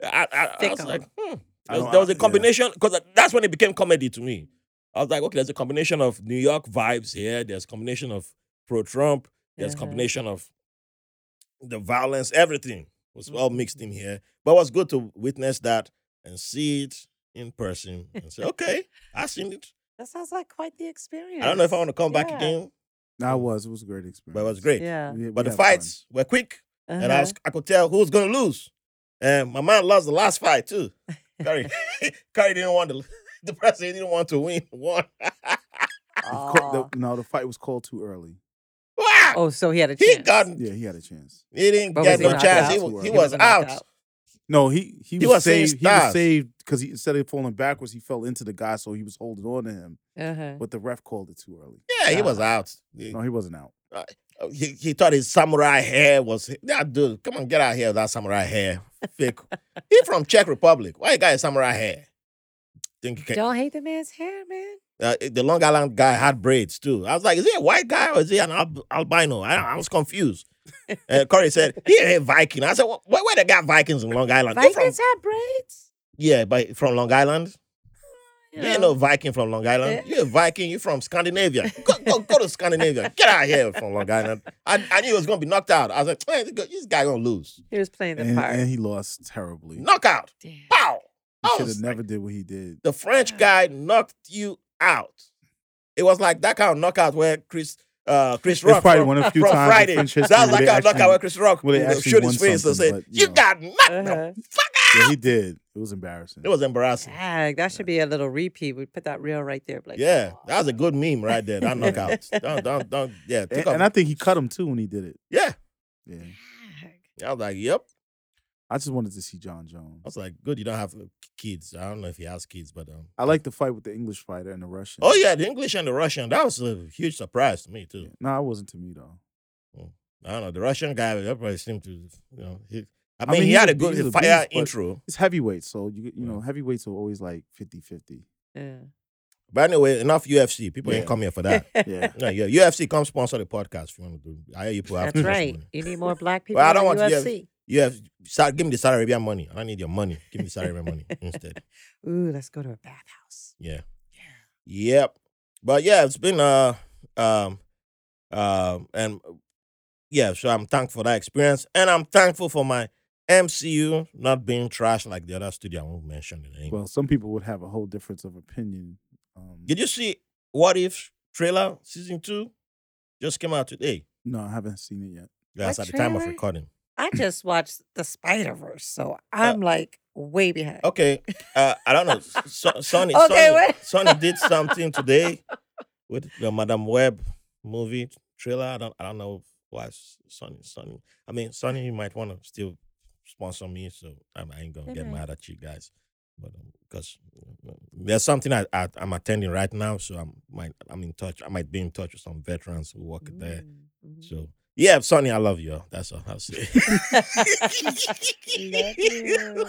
Speaker 1: I, I, I was
Speaker 3: Fickle.
Speaker 1: like, hmm.
Speaker 2: I
Speaker 1: There was,
Speaker 2: don't-
Speaker 1: there was a
Speaker 2: yeah.
Speaker 1: combination because that's when it became comedy to me. I was like, okay, there's a combination of New York vibes here. There's combination of pro Trump. There's
Speaker 3: Uh-huh.
Speaker 1: combination of the violence. Everything was all mixed in here. But it was good to witness that and see it in person and say, okay, I seen it.
Speaker 3: That sounds like quite the experience.
Speaker 1: I don't know if I want to come back
Speaker 3: Yeah.
Speaker 1: again,
Speaker 2: Nah, it was it was a great experience.
Speaker 1: but it was great.
Speaker 3: Yeah.
Speaker 2: We- we
Speaker 1: But the
Speaker 2: had fun.
Speaker 1: fights were quick, and I was
Speaker 2: Uh-huh.
Speaker 1: I could tell who was gonna lose. And my man lost the last fight too.
Speaker 3: Uh-huh.
Speaker 1: Curry, Curry didn't want to. The president didn't want to win. Won.
Speaker 2: The
Speaker 3: Uh-huh.
Speaker 2: co- the- no, the fight was called too early.
Speaker 1: Wow.
Speaker 3: oh, so he had a
Speaker 1: he
Speaker 3: chance.
Speaker 1: got.
Speaker 2: Yeah, he had a chance.
Speaker 1: He didn't
Speaker 3: But
Speaker 1: get
Speaker 2: was he
Speaker 1: no
Speaker 2: knocked
Speaker 1: chance. He,
Speaker 2: out?
Speaker 1: wa- he
Speaker 2: He
Speaker 1: was
Speaker 3: was knocked
Speaker 1: out.
Speaker 3: out.
Speaker 2: No, he
Speaker 1: He
Speaker 2: he, was,
Speaker 1: was seeing
Speaker 2: saved. He was
Speaker 1: stars.
Speaker 2: saved because he, instead of falling backwards, he fell into the guy, so he was holding on to him.
Speaker 3: Uh-huh.
Speaker 2: But the ref called it too early.
Speaker 1: Yeah, he was out. He, oh,
Speaker 2: No, he wasn't out.
Speaker 1: he, he thought his samurai hair was. Yeah, dude, come on, get out here with that samurai hair. Fake. he from Czech Republic. Why you got a samurai hair? Think you can?
Speaker 3: Don't hate the man's hair, man.
Speaker 1: Uh, the Long Island guy had braids too. I was like, is he a white guy or is he an al- albino? I, I was confused. Uh, Corey said, he ain't Viking. I said, well, where, where they got Vikings in Long Island? They from-
Speaker 3: Vikings have braids.
Speaker 1: yeah, but from Long Island.
Speaker 3: You
Speaker 1: You ain't
Speaker 3: know.
Speaker 1: no Viking from Long Island.
Speaker 3: Yeah.
Speaker 1: You're a Viking. You're from Scandinavia. Go, go, go to Scandinavia. Get out of here from Long Island. I, I knew he was going to be knocked out. I was like, man, this guy- this guy going to lose.
Speaker 3: He was playing the
Speaker 2: And,
Speaker 3: part.
Speaker 2: and he lost terribly.
Speaker 1: Knockout.
Speaker 3: Damn.
Speaker 1: Pow.
Speaker 2: He
Speaker 1: I
Speaker 2: should
Speaker 1: was
Speaker 2: have
Speaker 1: like,
Speaker 2: never did what he did.
Speaker 1: the French guy knocked you out. It was like that kind of knockout where Chris uh, Chris
Speaker 2: It's
Speaker 1: Rock
Speaker 2: probably
Speaker 1: from,
Speaker 2: one of the few
Speaker 1: from
Speaker 2: times
Speaker 1: Friday.
Speaker 2: in French
Speaker 1: That
Speaker 2: history
Speaker 1: was
Speaker 2: where
Speaker 1: like
Speaker 2: they
Speaker 1: a knockout where
Speaker 2: actually-
Speaker 1: Chris Rock
Speaker 2: well, they
Speaker 1: you know,
Speaker 2: actually
Speaker 1: showed
Speaker 2: won
Speaker 1: his face and
Speaker 2: something,
Speaker 1: said,
Speaker 2: but, you
Speaker 1: "You
Speaker 2: know."
Speaker 1: got knocked the
Speaker 3: Uh-huh.
Speaker 1: fuck
Speaker 2: yeah,
Speaker 1: out."
Speaker 2: he did. It was embarrassing.
Speaker 1: It was embarrassing.
Speaker 3: Dag, that should be a little repeat. We put that reel right there. Blake.
Speaker 1: Yeah, that was a good meme right there. That knockout. don't, don't, don't. Yeah,
Speaker 2: and,
Speaker 1: took off.
Speaker 2: and I think he cut him too when he did it.
Speaker 1: yeah.
Speaker 2: Yeah.
Speaker 3: Dag.
Speaker 1: I was like, "Yep."
Speaker 2: I just wanted to see John Jones.
Speaker 1: I was like, good, you don't have uh, kids. I don't know if he has kids, but um,
Speaker 2: I like the fight with the English fighter and the Russian.
Speaker 1: oh yeah, the English and the Russian. That was a huge surprise to me too.
Speaker 2: No, it wasn't to me though.
Speaker 1: I don't know the Russian guy. Everybody seemed to, you know, he, I,
Speaker 2: I
Speaker 1: mean,
Speaker 2: mean,
Speaker 1: he
Speaker 2: he's
Speaker 1: had
Speaker 2: a-
Speaker 1: a good
Speaker 2: he's a
Speaker 1: fire
Speaker 2: beast, but-
Speaker 1: intro.
Speaker 2: It's heavyweight, so you you know
Speaker 1: Yeah.
Speaker 2: heavyweights are always like 50-50.
Speaker 3: Yeah.
Speaker 1: But anyway, enough UFC. People ain't
Speaker 2: Yeah.
Speaker 1: come here for that.
Speaker 2: Yeah,
Speaker 1: no, yeah, UFC come sponsor the podcast if you want to do. I hear you people have too
Speaker 3: That's
Speaker 1: much
Speaker 3: right.
Speaker 1: money.
Speaker 3: You need more black people
Speaker 1: Well, I
Speaker 3: in
Speaker 1: don't
Speaker 3: the
Speaker 1: want to- yeah.
Speaker 3: UFC.
Speaker 1: You have Sa- give me the Saudi Arabia money. I don't need your money. Give me Saudi Arabia money instead.
Speaker 3: Ooh, let's go to a bathhouse.
Speaker 1: Yeah. Yep. But yeah, it's been uh um um and uh, yeah, so I'm thankful for that experience. And I'm thankful for my MCU not being trashed like the other studio. I won't mention the name.
Speaker 2: Well, some people would have a whole difference of opinion. Um,
Speaker 1: Did you see What If trailer season two? Just came out today.
Speaker 2: no, I haven't seen it yet.
Speaker 1: That's
Speaker 3: What
Speaker 1: at the time of
Speaker 3: trailer?
Speaker 1: recording.
Speaker 3: I just watched the Spider Verse,
Speaker 1: Uh,
Speaker 3: so I'm like way behind.
Speaker 1: Okay. Uh, I don't know. So, Sonny,
Speaker 3: Okay,
Speaker 1: Sonny,
Speaker 3: wait.
Speaker 1: Sonny did something today with the Madame Web movie trailer. I don't I don't know why S- Sonny Sonny. I mean Sonny you might want to still sponsor me, so I, I ain't gonna
Speaker 3: All
Speaker 1: get
Speaker 3: right.
Speaker 1: mad at you guys. But because there's something I, I I'm attending right now, so I'm might I'm in touch. I might be in touch with some veterans who work there.
Speaker 3: Mm, mhm.
Speaker 1: So yeah, Sonny, I love you. That's all I'll say.
Speaker 3: Love you.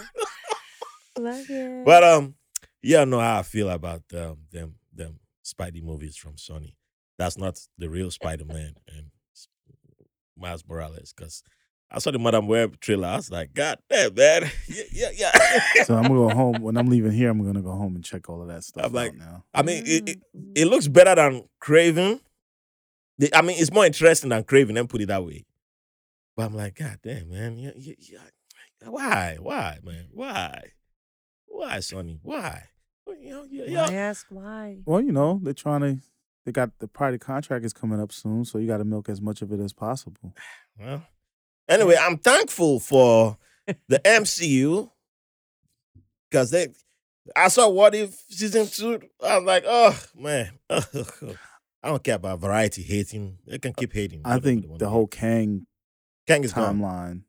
Speaker 3: Love you.
Speaker 1: But um, you don't know how I feel about um, them them Spidey movies from Sony. That's not the real Spider Man and S- Miles Morales. Because I saw the Madame Web trailer. I was like, God damn, man, yeah, yeah. yeah.
Speaker 2: So I'm gonna go home when I'm leaving here. I'm gonna go home and check all of that stuff
Speaker 1: I'm like-
Speaker 2: out now.
Speaker 1: I mean, it, it
Speaker 3: Mm,
Speaker 1: it looks better than Craven. The- I mean, it's more interesting than Craven. Let me put it that way. But I'm like, God damn, man, yeah, yeah, yeah. why, why, man, why, why, Sonny, why? You know, you-
Speaker 3: mm.
Speaker 1: you
Speaker 3: Why
Speaker 1: know-
Speaker 3: ask why?
Speaker 2: Well, you know they're trying to. They got the private contract is coming up soon, so you got to milk as much of it as possible.
Speaker 1: Well, anyway, I'm thankful for the MCU because they. I saw What If season two. I was like, oh man, I don't care about variety hating. They can keep hating.
Speaker 2: I
Speaker 1: whatever they
Speaker 2: think
Speaker 1: wanna
Speaker 2: the
Speaker 1: do.
Speaker 2: whole Kang
Speaker 1: Kang is gone.
Speaker 2: timeline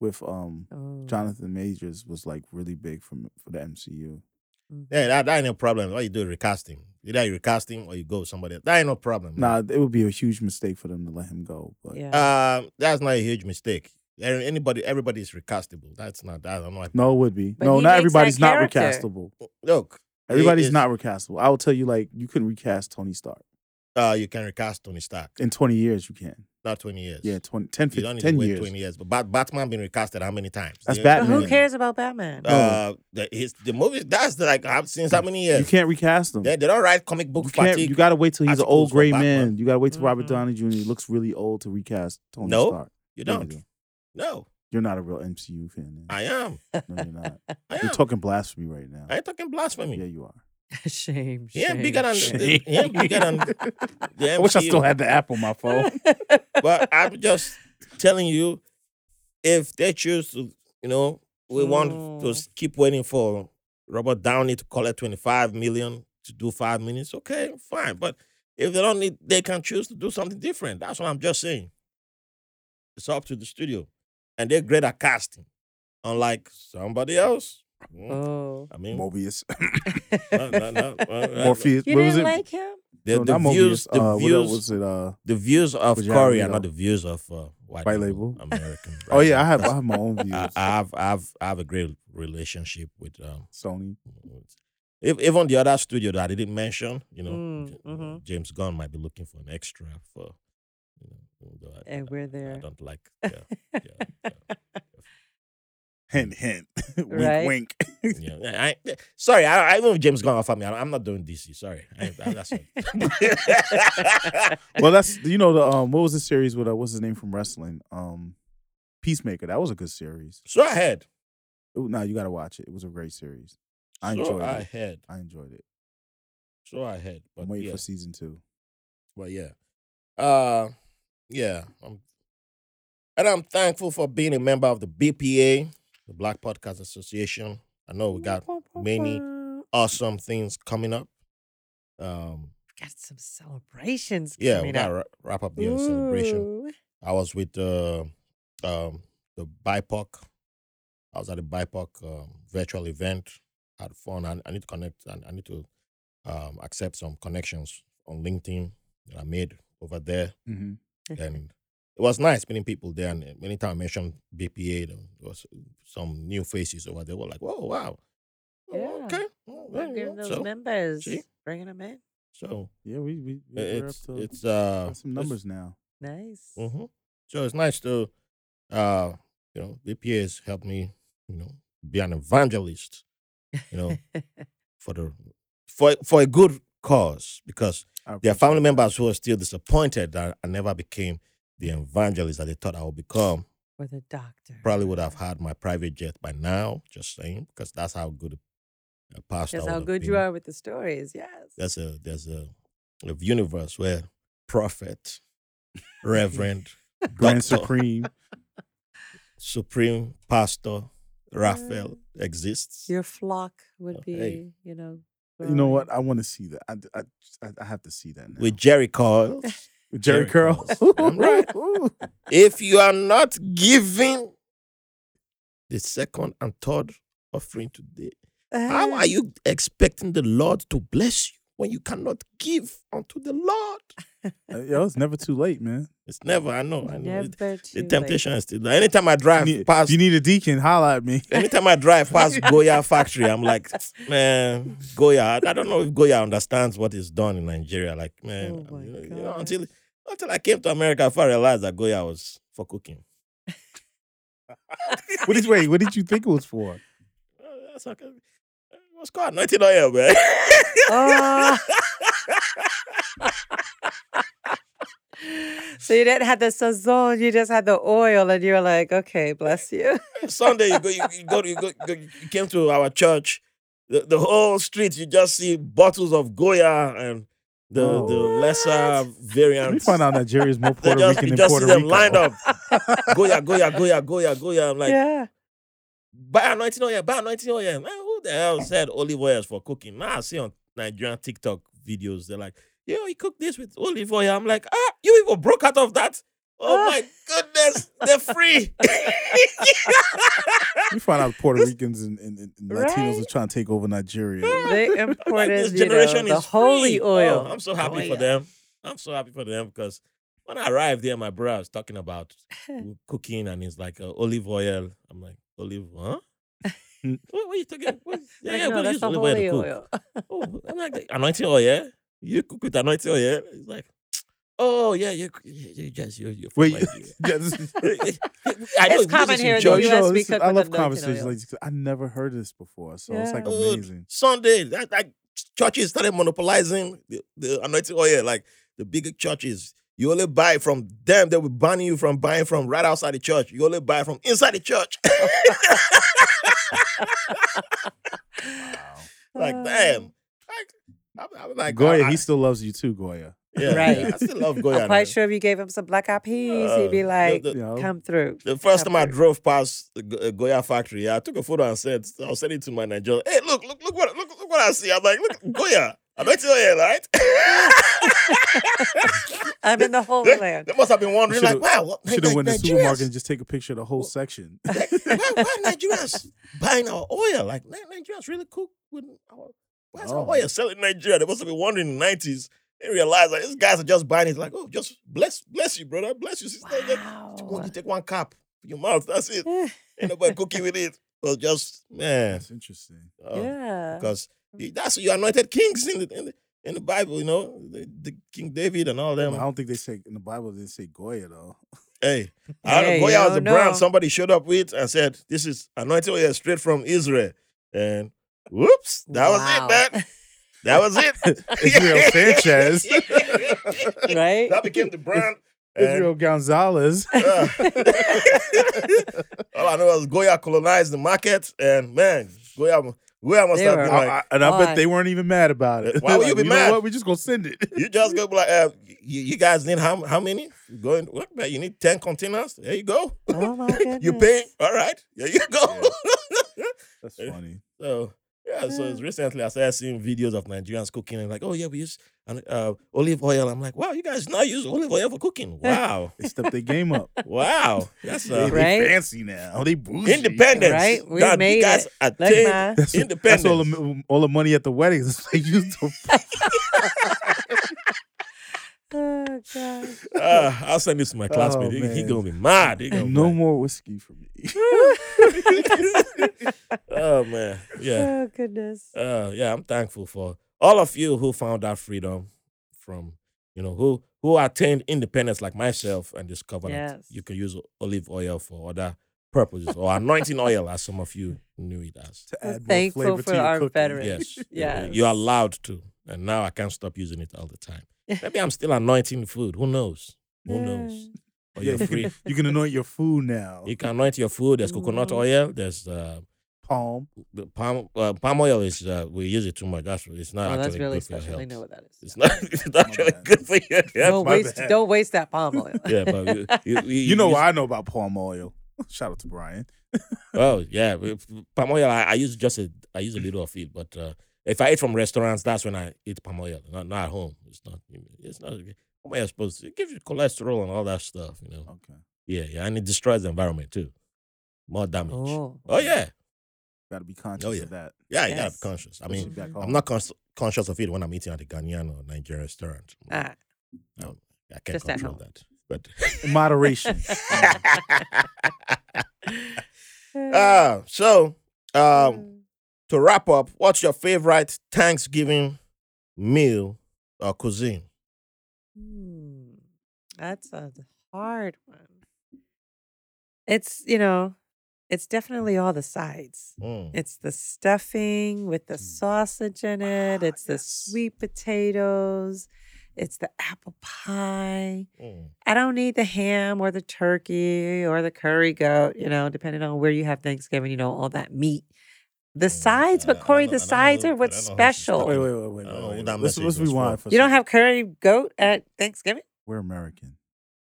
Speaker 2: with um
Speaker 3: Oh,
Speaker 2: Jonathan Majors was like really big for for the MCU.
Speaker 3: mm,
Speaker 1: Yeah, that, that ain't no problem. All you do is recast him. Either you recast him or you go with somebody else. That ain't no problem.
Speaker 2: Nah, it would be a huge mistake for them to let him go. But
Speaker 3: Yeah.
Speaker 1: Uh, that's not a huge mistake. Any- Anybody, everybody is recastable. That's not that. I'm like,
Speaker 2: no, it would be.
Speaker 3: But
Speaker 2: no,
Speaker 3: he
Speaker 2: not
Speaker 3: makes
Speaker 2: everybody's
Speaker 3: that
Speaker 2: not
Speaker 3: character.
Speaker 2: recastable.
Speaker 1: look, it
Speaker 2: Everybody's
Speaker 1: is-
Speaker 2: not recastable. I will tell you, like you can recast Tony Stark
Speaker 1: Uh, you can recast Tony Stark.
Speaker 2: in 20 years. You can.
Speaker 1: Not 20 years.
Speaker 2: Yeah, 20, 10,
Speaker 1: You don't
Speaker 2: 15,
Speaker 1: need
Speaker 2: 10
Speaker 1: to wait
Speaker 2: years.
Speaker 1: 20 years. But Bat- Batman been recasted how many times?
Speaker 2: That's
Speaker 1: Yeah,
Speaker 3: But
Speaker 2: Batman.
Speaker 3: who
Speaker 1: yeah.
Speaker 3: cares about Batman?
Speaker 1: Uh, the, his, the movie, that's the, like, I've seen how many years.
Speaker 2: You can't recast him.
Speaker 1: They, they don't write comic book
Speaker 2: You can't.
Speaker 1: fatigue.
Speaker 2: You got to wait till he's an
Speaker 1: articles
Speaker 2: old
Speaker 1: for
Speaker 2: gray
Speaker 1: Batman.
Speaker 2: man. You got to wait till Robert
Speaker 3: Mhm.
Speaker 2: Downey Jr. looks really old to recast Tony
Speaker 1: No,
Speaker 2: Stark.
Speaker 1: You
Speaker 2: No,
Speaker 1: don't.
Speaker 2: don't.
Speaker 1: No,
Speaker 2: You're not a real MCU fan. man.
Speaker 1: I am.
Speaker 2: No, you're not.
Speaker 1: I am.
Speaker 2: You're talking blasphemy right now.
Speaker 1: I ain't talking blasphemy.
Speaker 2: Yeah, you are.
Speaker 3: shame.
Speaker 1: He ain't
Speaker 3: shame,
Speaker 1: bigger than
Speaker 3: shame.
Speaker 1: the- he ain't bigger than the
Speaker 2: I wish I
Speaker 1: MCU.
Speaker 2: still had the app on my phone.
Speaker 1: But I'm just telling you, if they choose to, you know, we want to
Speaker 3: Mm.
Speaker 1: s- keep waiting for Robert Downey to collect 25 million to do five minutes, okay, fine. But if they don't need, they can choose to do something different. That's what I'm just saying. It's up to the studio. And they're great at casting, unlike somebody else. Mm,
Speaker 3: oh.
Speaker 1: I mean,
Speaker 2: Morbius,
Speaker 1: no, no, no, well, uh,
Speaker 2: Morpheus.
Speaker 3: You
Speaker 2: what was
Speaker 3: didn't
Speaker 2: it?
Speaker 3: like him?
Speaker 1: the,
Speaker 2: No,
Speaker 1: the
Speaker 2: not Morbius,
Speaker 1: views, the
Speaker 2: uh, What
Speaker 1: views,
Speaker 2: else was it? Uh,
Speaker 1: the views of
Speaker 2: Which I
Speaker 1: Corey
Speaker 2: read
Speaker 1: are not
Speaker 2: on.
Speaker 1: the views of uh, white,
Speaker 2: White
Speaker 1: people,
Speaker 2: Label?
Speaker 1: American.
Speaker 2: oh yeah, I
Speaker 1: right?
Speaker 2: have I
Speaker 1: Because
Speaker 2: have my own views.
Speaker 1: I, I have I have I have a great relationship with um
Speaker 2: Sony.
Speaker 1: with If, even the other studio that I didn't mention, you know,
Speaker 3: Mm,
Speaker 1: J- you know,
Speaker 3: mhm.
Speaker 1: James Gunn might be looking for an extra for, you know, even though I, I-
Speaker 3: And we're
Speaker 1: I
Speaker 3: there.
Speaker 1: don't like. Yeah, yeah, yeah.
Speaker 2: Hint, hint. wink,
Speaker 3: Right.
Speaker 2: wink.
Speaker 1: you know, I, I- sorry, I, I even if James Gunn offered me, I, am not doing DC. Sorry, I, I, that's not-
Speaker 2: Well, that's you know the um. What was the series with uh, what's his name from wrestling? Um, Peacemaker. That was a good series.
Speaker 1: so I had.
Speaker 2: Ooh, no, you got to watch it. It was a great series. I
Speaker 1: so
Speaker 2: enjoyed
Speaker 1: I
Speaker 2: it.
Speaker 1: had.
Speaker 2: I enjoyed it.
Speaker 1: So I had. But
Speaker 2: I'm waiting
Speaker 1: yeah,
Speaker 2: for season two.
Speaker 1: but yeah, uh, yeah. I'm, and I'm thankful for being a member of the BPA, the Black Podcast Association. I know we got many- awesome things coming up. Um,
Speaker 3: Got some celebrations
Speaker 1: yeah, we
Speaker 3: coming
Speaker 1: gotta
Speaker 3: up.
Speaker 1: wra- wrap up the uh, celebration.
Speaker 3: Ooh.
Speaker 1: I was with uh, um, the BIPOC. I was at the BIPOC um, virtual event. Had fun. I, I need to connect. I, I need to um, accept some connections on LinkedIn that I made over there.
Speaker 2: Mm-hmm.
Speaker 1: And it was nice meeting people there. And uh, anytime I mentioned BPA, there was some new faces over there. Were like, whoa, wow. Oh,
Speaker 3: Yeah.
Speaker 1: Okay.
Speaker 3: Well,
Speaker 1: Oh, yeah, yeah.
Speaker 3: Bringing those
Speaker 1: So,
Speaker 3: members,
Speaker 1: see?
Speaker 3: bringing them in.
Speaker 1: so
Speaker 2: Yeah, we we we- we're up
Speaker 1: it's
Speaker 2: to
Speaker 1: it's uh
Speaker 2: got some numbers now.
Speaker 3: Nice.
Speaker 1: hmm So it's nice to, uh, you know, BPA has helped me, you know, be an evangelist, you know, for the for for a good cause because
Speaker 2: I
Speaker 1: there are
Speaker 2: appreciate
Speaker 1: family
Speaker 2: that.
Speaker 1: members who are still disappointed that I never became the evangelist that they thought I would become.
Speaker 3: With a doctor.
Speaker 1: Probably would have had my private jet by now. Just saying, because that's how good a pastor.
Speaker 3: That's
Speaker 1: would
Speaker 3: how
Speaker 1: have
Speaker 3: good you
Speaker 1: been.
Speaker 3: are with the stories. Yes.
Speaker 1: There's a there's a, a universe where prophet, reverend,
Speaker 2: Grand
Speaker 1: doctor,
Speaker 2: Supreme.
Speaker 1: Supreme Pastor
Speaker 3: Yeah.
Speaker 1: Raphael
Speaker 3: Mm.
Speaker 1: exists.
Speaker 3: Your flock would be,
Speaker 1: Okay.
Speaker 3: you know.
Speaker 2: you know what? I
Speaker 3: growing.
Speaker 2: want to see that. I, I I- I have to see that now.
Speaker 1: With Jerry Coyles.
Speaker 2: With Jerry,
Speaker 1: Jerry
Speaker 2: Curl.
Speaker 1: Curls. Damn right. if you are not giving the second and third offering today, how
Speaker 3: Ah.
Speaker 1: are you expecting the Lord to bless you when you cannot give unto the Lord?
Speaker 2: Yo, it's never too late, man.
Speaker 1: It's never, I know. I know. It-
Speaker 3: Never too
Speaker 1: The
Speaker 3: late.
Speaker 1: temptation is still there. Anytime I drive
Speaker 2: you need,
Speaker 1: past,
Speaker 2: you need a deacon, holla at me.
Speaker 1: anytime I drive past Goya factory, I'm like, man, Goya. I I don't know if Goya understands what is done in Nigeria. Like, man,
Speaker 3: Oh my
Speaker 1: you know, you know,
Speaker 3: gosh.
Speaker 1: until until I came to America, I realized that Goya was for cooking.
Speaker 2: What did, wait, what did you think it was for?
Speaker 1: Uh, That's okay. Uh, What's called anointing oil, man?
Speaker 3: Oh. so you didn't have the sazon, you just had the oil, and you were like, okay, bless you.
Speaker 1: Sunday you go, you, you go, you go, you go- you came to our church. The, the whole street, you just see bottles of Goya and the
Speaker 2: Oh.
Speaker 1: the lesser
Speaker 2: We
Speaker 1: variants.
Speaker 2: found out Nigeria is more
Speaker 1: They
Speaker 2: Puerto
Speaker 1: just,
Speaker 2: Rican
Speaker 1: you
Speaker 2: than
Speaker 1: just
Speaker 2: Puerto
Speaker 1: see them
Speaker 2: Rico.
Speaker 1: lined up. Goya, Goya, Goya, Goya, Goya. I'm like,
Speaker 3: yeah.
Speaker 1: buy anointing oil, buy anointing oil. Man, who the hell said olive oil is for cooking? Now I see on Nigerian TikTok videos, they're like, yo, you cook this with olive oil. I'm like, ah, you even broke out of that? Oh
Speaker 3: Ah.
Speaker 1: my goodness, they're free.
Speaker 2: We found out Puerto Ricans and, and, and Latinos are
Speaker 3: Right?
Speaker 2: trying to take over Nigeria.
Speaker 3: They
Speaker 1: like, this
Speaker 3: imported you know,
Speaker 1: generation
Speaker 3: the
Speaker 1: is
Speaker 3: holy
Speaker 1: free.
Speaker 3: oil.
Speaker 1: Oh, I'm so happy
Speaker 3: Goya.
Speaker 1: for them. I'm so happy for them because when I arrived there, my brother was talking about cooking and it's like uh, olive oil. I'm like, olive, huh?
Speaker 2: Hmm.
Speaker 1: what, what are you talking? What? Yeah,
Speaker 3: Like,
Speaker 1: yeah,
Speaker 3: no,
Speaker 1: we
Speaker 3: that's
Speaker 1: use
Speaker 3: the
Speaker 1: olive oil
Speaker 3: holy
Speaker 1: to cook.
Speaker 3: oil.
Speaker 1: oh, I'm like, anointing oil, yeah? You cook with anointing oil, yeah? It's like, oh, yeah, you, you, you just, you, you.
Speaker 2: Wait,
Speaker 1: I
Speaker 2: yeah, this is-
Speaker 1: know
Speaker 3: It's
Speaker 1: this
Speaker 3: common
Speaker 1: is
Speaker 3: here in the
Speaker 2: yo,
Speaker 1: Georgia.
Speaker 2: you
Speaker 3: US
Speaker 2: know,
Speaker 3: we
Speaker 2: this is-
Speaker 3: cook
Speaker 2: I
Speaker 3: with
Speaker 2: love
Speaker 3: anointing
Speaker 2: conversations
Speaker 3: oil.
Speaker 2: like this. I never heard of this before, so it's like
Speaker 3: Yeah.
Speaker 1: Dude.
Speaker 2: amazing.
Speaker 1: Sunday, that, that churches started monopolizing the, the anointing oil, like the big churches. You only buy from them. They will ban you from buying from right outside the church. You only buy from inside the church. like,
Speaker 3: Uh,
Speaker 1: damn. Like, I'm, I'm like,
Speaker 2: Goya,
Speaker 1: I- I-
Speaker 2: he still loves you too, Goya.
Speaker 1: yeah,
Speaker 3: Right.
Speaker 1: I still love Goya.
Speaker 3: I'm quite
Speaker 1: man.
Speaker 3: sure if you gave him some black eyed peas,
Speaker 1: Uh,
Speaker 3: he'd be
Speaker 1: the-
Speaker 3: like,
Speaker 1: the-
Speaker 2: You know?
Speaker 3: come through.
Speaker 1: The first time I
Speaker 3: Pepper.
Speaker 1: drove past the Go- uh, Goya factory, I took a photo and said, I'll send it to my Nigerian. Hey, look, look, look what look, look what I see. I'm like, look, Goya. I bet you're here, right?
Speaker 3: I'm in the Holy Land.
Speaker 1: they must have been wondering, like,
Speaker 2: Should've-
Speaker 1: wow, what
Speaker 2: Should have
Speaker 1: Ni-
Speaker 2: went to the
Speaker 1: Nigerians-
Speaker 2: supermarket and just take a picture of the whole
Speaker 1: Well-
Speaker 2: section.
Speaker 1: why, why Nigerians buying our oil? Like, Ni- Nigerians really cook with our why is our
Speaker 2: Oh.
Speaker 1: oil selling in Nigeria? They must have been wondering in the 90s. They realized like these guys are just buying it, like, oh, just bless, bless you, brother. Bless you, sister. Just-
Speaker 3: Wow.
Speaker 1: You take one cup, your mouth, that's it.
Speaker 3: Eh,
Speaker 1: Ain't nobody cooking with it. Well, just man,
Speaker 2: That's interesting.
Speaker 1: uh,
Speaker 3: yeah.
Speaker 1: because That's your anointed kings in the in the, in the Bible, you know, the, the King David and all them.
Speaker 2: I don't think they say in the Bible they say Goya though.
Speaker 1: Hey, I
Speaker 3: Hey,
Speaker 1: don't Goya
Speaker 3: you
Speaker 1: was the
Speaker 3: don't know.
Speaker 1: brand somebody showed up with and said, "This is anointed oil straight from Israel," and whoops, that
Speaker 3: Wow.
Speaker 1: was it, man. That was it.
Speaker 2: Israel Sanchez.
Speaker 3: Right?
Speaker 1: That became the brand. and,
Speaker 2: Israel Gonzalez.
Speaker 1: uh, all I know is Goya colonized the market, and man, Goya, Goya must
Speaker 3: They
Speaker 1: have
Speaker 3: were-
Speaker 1: been
Speaker 2: I-
Speaker 1: like,
Speaker 2: I- and I bet
Speaker 3: on.
Speaker 2: they weren't even mad about it.
Speaker 1: Why would you
Speaker 2: Like,
Speaker 1: be
Speaker 2: know
Speaker 1: mad?
Speaker 2: what? We just gonna send it.
Speaker 1: You just go be like, uh, you, you guys need how how many? Going what? Man, you need ten containers. There you go.
Speaker 3: Oh my goodness.
Speaker 1: You pay. All right. There you go.
Speaker 2: That's
Speaker 1: Yeah.
Speaker 2: funny.
Speaker 1: so yeah. So
Speaker 3: Mm.
Speaker 1: it's recently I started seeing videos of Nigerians cooking and like, oh yeah, we use an- uh, olive oil. I'm like, wow, you guys now use olive oil for cooking. Wow,
Speaker 2: They stepped their game up.
Speaker 1: wow. That's
Speaker 2: They,
Speaker 1: uh,
Speaker 2: they
Speaker 3: Right?
Speaker 2: fancy now. They bougie.
Speaker 1: independence.
Speaker 3: Right? We
Speaker 1: God,
Speaker 3: made
Speaker 1: you guys
Speaker 3: it. Look,
Speaker 1: attained
Speaker 3: ma.
Speaker 2: That's,
Speaker 1: independence.
Speaker 2: that's all the all the money at the weddings. They used to
Speaker 3: Oh, God.
Speaker 1: Uh, I'll send this to my classmate.
Speaker 2: Oh,
Speaker 1: He's he
Speaker 2: man.
Speaker 1: gonna be mad. He gonna be
Speaker 2: no
Speaker 1: like,
Speaker 2: more whiskey for me.
Speaker 1: oh man, yeah.
Speaker 3: Oh, goodness.
Speaker 1: uh, yeah, I'm thankful for all of you who found out freedom from, you know, who who attained independence like myself and discovered that
Speaker 3: Yes.
Speaker 1: you can use olive oil for other purposes or anointing oil, as some of you knew it as.
Speaker 2: To
Speaker 3: We're
Speaker 2: add more
Speaker 3: thankful
Speaker 2: flavor
Speaker 3: for
Speaker 2: to your
Speaker 3: our
Speaker 2: cooking.
Speaker 3: veterans.
Speaker 1: Yes, you-
Speaker 3: Yes.
Speaker 1: you're allowed to, and now I can't stop using it all the time. Maybe I'm still anointing food. Who knows? Who knows? But Oh,
Speaker 2: Yeah,
Speaker 1: you're
Speaker 2: you
Speaker 1: free.
Speaker 2: can, you can anoint your food now.
Speaker 1: You can anoint your food. There's coconut
Speaker 3: Mm.
Speaker 1: oil. There's uh,
Speaker 2: Palm.
Speaker 1: the palm uh, palm oil is uh, we use it too much. That's it's not
Speaker 3: Oh,
Speaker 1: actually
Speaker 3: that's really
Speaker 1: good for your
Speaker 3: special. I
Speaker 1: health.
Speaker 3: know what that is.
Speaker 1: It's not, it's not
Speaker 2: My
Speaker 1: really
Speaker 2: bad.
Speaker 1: good for you. Yeah,
Speaker 3: don't
Speaker 2: my
Speaker 3: waste
Speaker 2: bad.
Speaker 3: don't waste that palm oil.
Speaker 1: yeah but you, you, you,
Speaker 2: You know
Speaker 1: you-
Speaker 2: what I know about palm oil. Shout out to Brian.
Speaker 1: Oh yeah, we- palm oil. I, I use just a I use a little of it, but uh, if I eat from restaurants, that's when I eat palm oil. Not, not at home. It's not. It's not. Palm oil is supposed to it gives you cholesterol and all that stuff. You know.
Speaker 2: Okay.
Speaker 1: Yeah, yeah, and it destroys the environment too. More damage. Oh,
Speaker 3: Oh.
Speaker 1: yeah,
Speaker 2: Gotta be conscious
Speaker 1: Oh, yeah.
Speaker 2: of that.
Speaker 1: yeah. You gotta be
Speaker 3: Yes.
Speaker 1: conscious. I
Speaker 2: especially
Speaker 1: mean,
Speaker 2: back
Speaker 1: I'm
Speaker 2: home.
Speaker 1: not cons- conscious of it when I'm eating at a Ghanaian or Nigerian restaurant.
Speaker 3: Ah,
Speaker 1: I can't
Speaker 3: just at
Speaker 1: control
Speaker 3: home.
Speaker 1: that. But
Speaker 2: In moderation. Ah,
Speaker 1: uh, so
Speaker 3: Mm.
Speaker 1: um, to wrap up, what's your favorite Thanksgiving meal or cuisine?
Speaker 3: Hmm. That's a hard one. It's, you know, it's definitely all the sides.
Speaker 1: Mm.
Speaker 3: It's the stuffing with the
Speaker 2: Mm.
Speaker 3: sausage in it,
Speaker 2: Ah,
Speaker 3: it's the
Speaker 2: yes.
Speaker 3: sweet potatoes, it's the apple pie.
Speaker 1: Mm.
Speaker 3: I don't need the ham or the turkey or the curry goat, you know, depending on where you have Thanksgiving, you know, all that meat. The sides,
Speaker 1: Uh, I-
Speaker 3: but
Speaker 1: I
Speaker 3: Corey,
Speaker 1: don't- I
Speaker 3: the
Speaker 1: don't
Speaker 3: sides
Speaker 1: know-
Speaker 3: are what's
Speaker 1: I don't know who's
Speaker 3: special.
Speaker 2: wait, wait, wait, wait.
Speaker 1: I don't know
Speaker 2: wait,
Speaker 1: what
Speaker 2: wait.
Speaker 1: that
Speaker 2: Let's,
Speaker 1: message
Speaker 2: let's
Speaker 1: was
Speaker 2: rewind
Speaker 1: for.
Speaker 2: for a
Speaker 3: Oh. You don't
Speaker 2: second.
Speaker 3: have curry goat at Thanksgiving?
Speaker 2: We're American.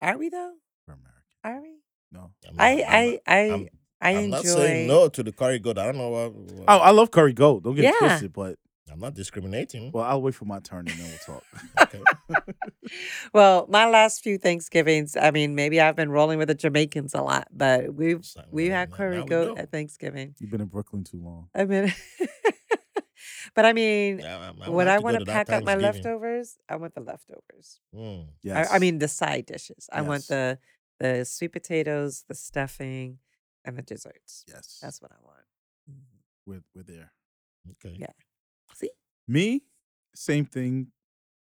Speaker 3: Are we though?
Speaker 2: We're American.
Speaker 3: Are we?
Speaker 1: I'm
Speaker 2: No.
Speaker 1: not- I'm not-
Speaker 3: I I I
Speaker 1: I'm-
Speaker 3: I
Speaker 1: I'm
Speaker 3: enjoy.
Speaker 1: not saying no to the curry goat. I don't know what. what-
Speaker 2: Oh, I love curry goat. Don't get it
Speaker 3: Yeah.
Speaker 2: twisted, but
Speaker 1: I'm not discriminating.
Speaker 2: well, I'll wait for my turn and then we'll talk.
Speaker 1: Okay.
Speaker 3: Well, my last few Thanksgivings, I mean, maybe I've been rolling with the Jamaicans a lot, but we've
Speaker 1: So,
Speaker 3: we
Speaker 1: now-
Speaker 3: had
Speaker 1: now
Speaker 3: curry
Speaker 1: we
Speaker 3: goat
Speaker 1: know.
Speaker 3: at Thanksgiving.
Speaker 2: You've been in Brooklyn too long.
Speaker 3: I mean, but I mean,
Speaker 1: Yeah, I'm- I'm
Speaker 3: when
Speaker 1: have
Speaker 3: I
Speaker 1: to go
Speaker 3: want to
Speaker 1: that
Speaker 3: pack up my
Speaker 1: Thanksgiving.
Speaker 3: leftovers, I want the leftovers.
Speaker 1: Mm.
Speaker 2: Yes.
Speaker 3: I, I mean, the side dishes. I want
Speaker 2: Yes.
Speaker 3: the the sweet potatoes, the stuffing, and the desserts.
Speaker 2: yes. Mm-hmm.
Speaker 3: That's what I want.
Speaker 2: we're, we're there.
Speaker 1: Okay.
Speaker 3: Yeah. See?
Speaker 2: Me, same thing.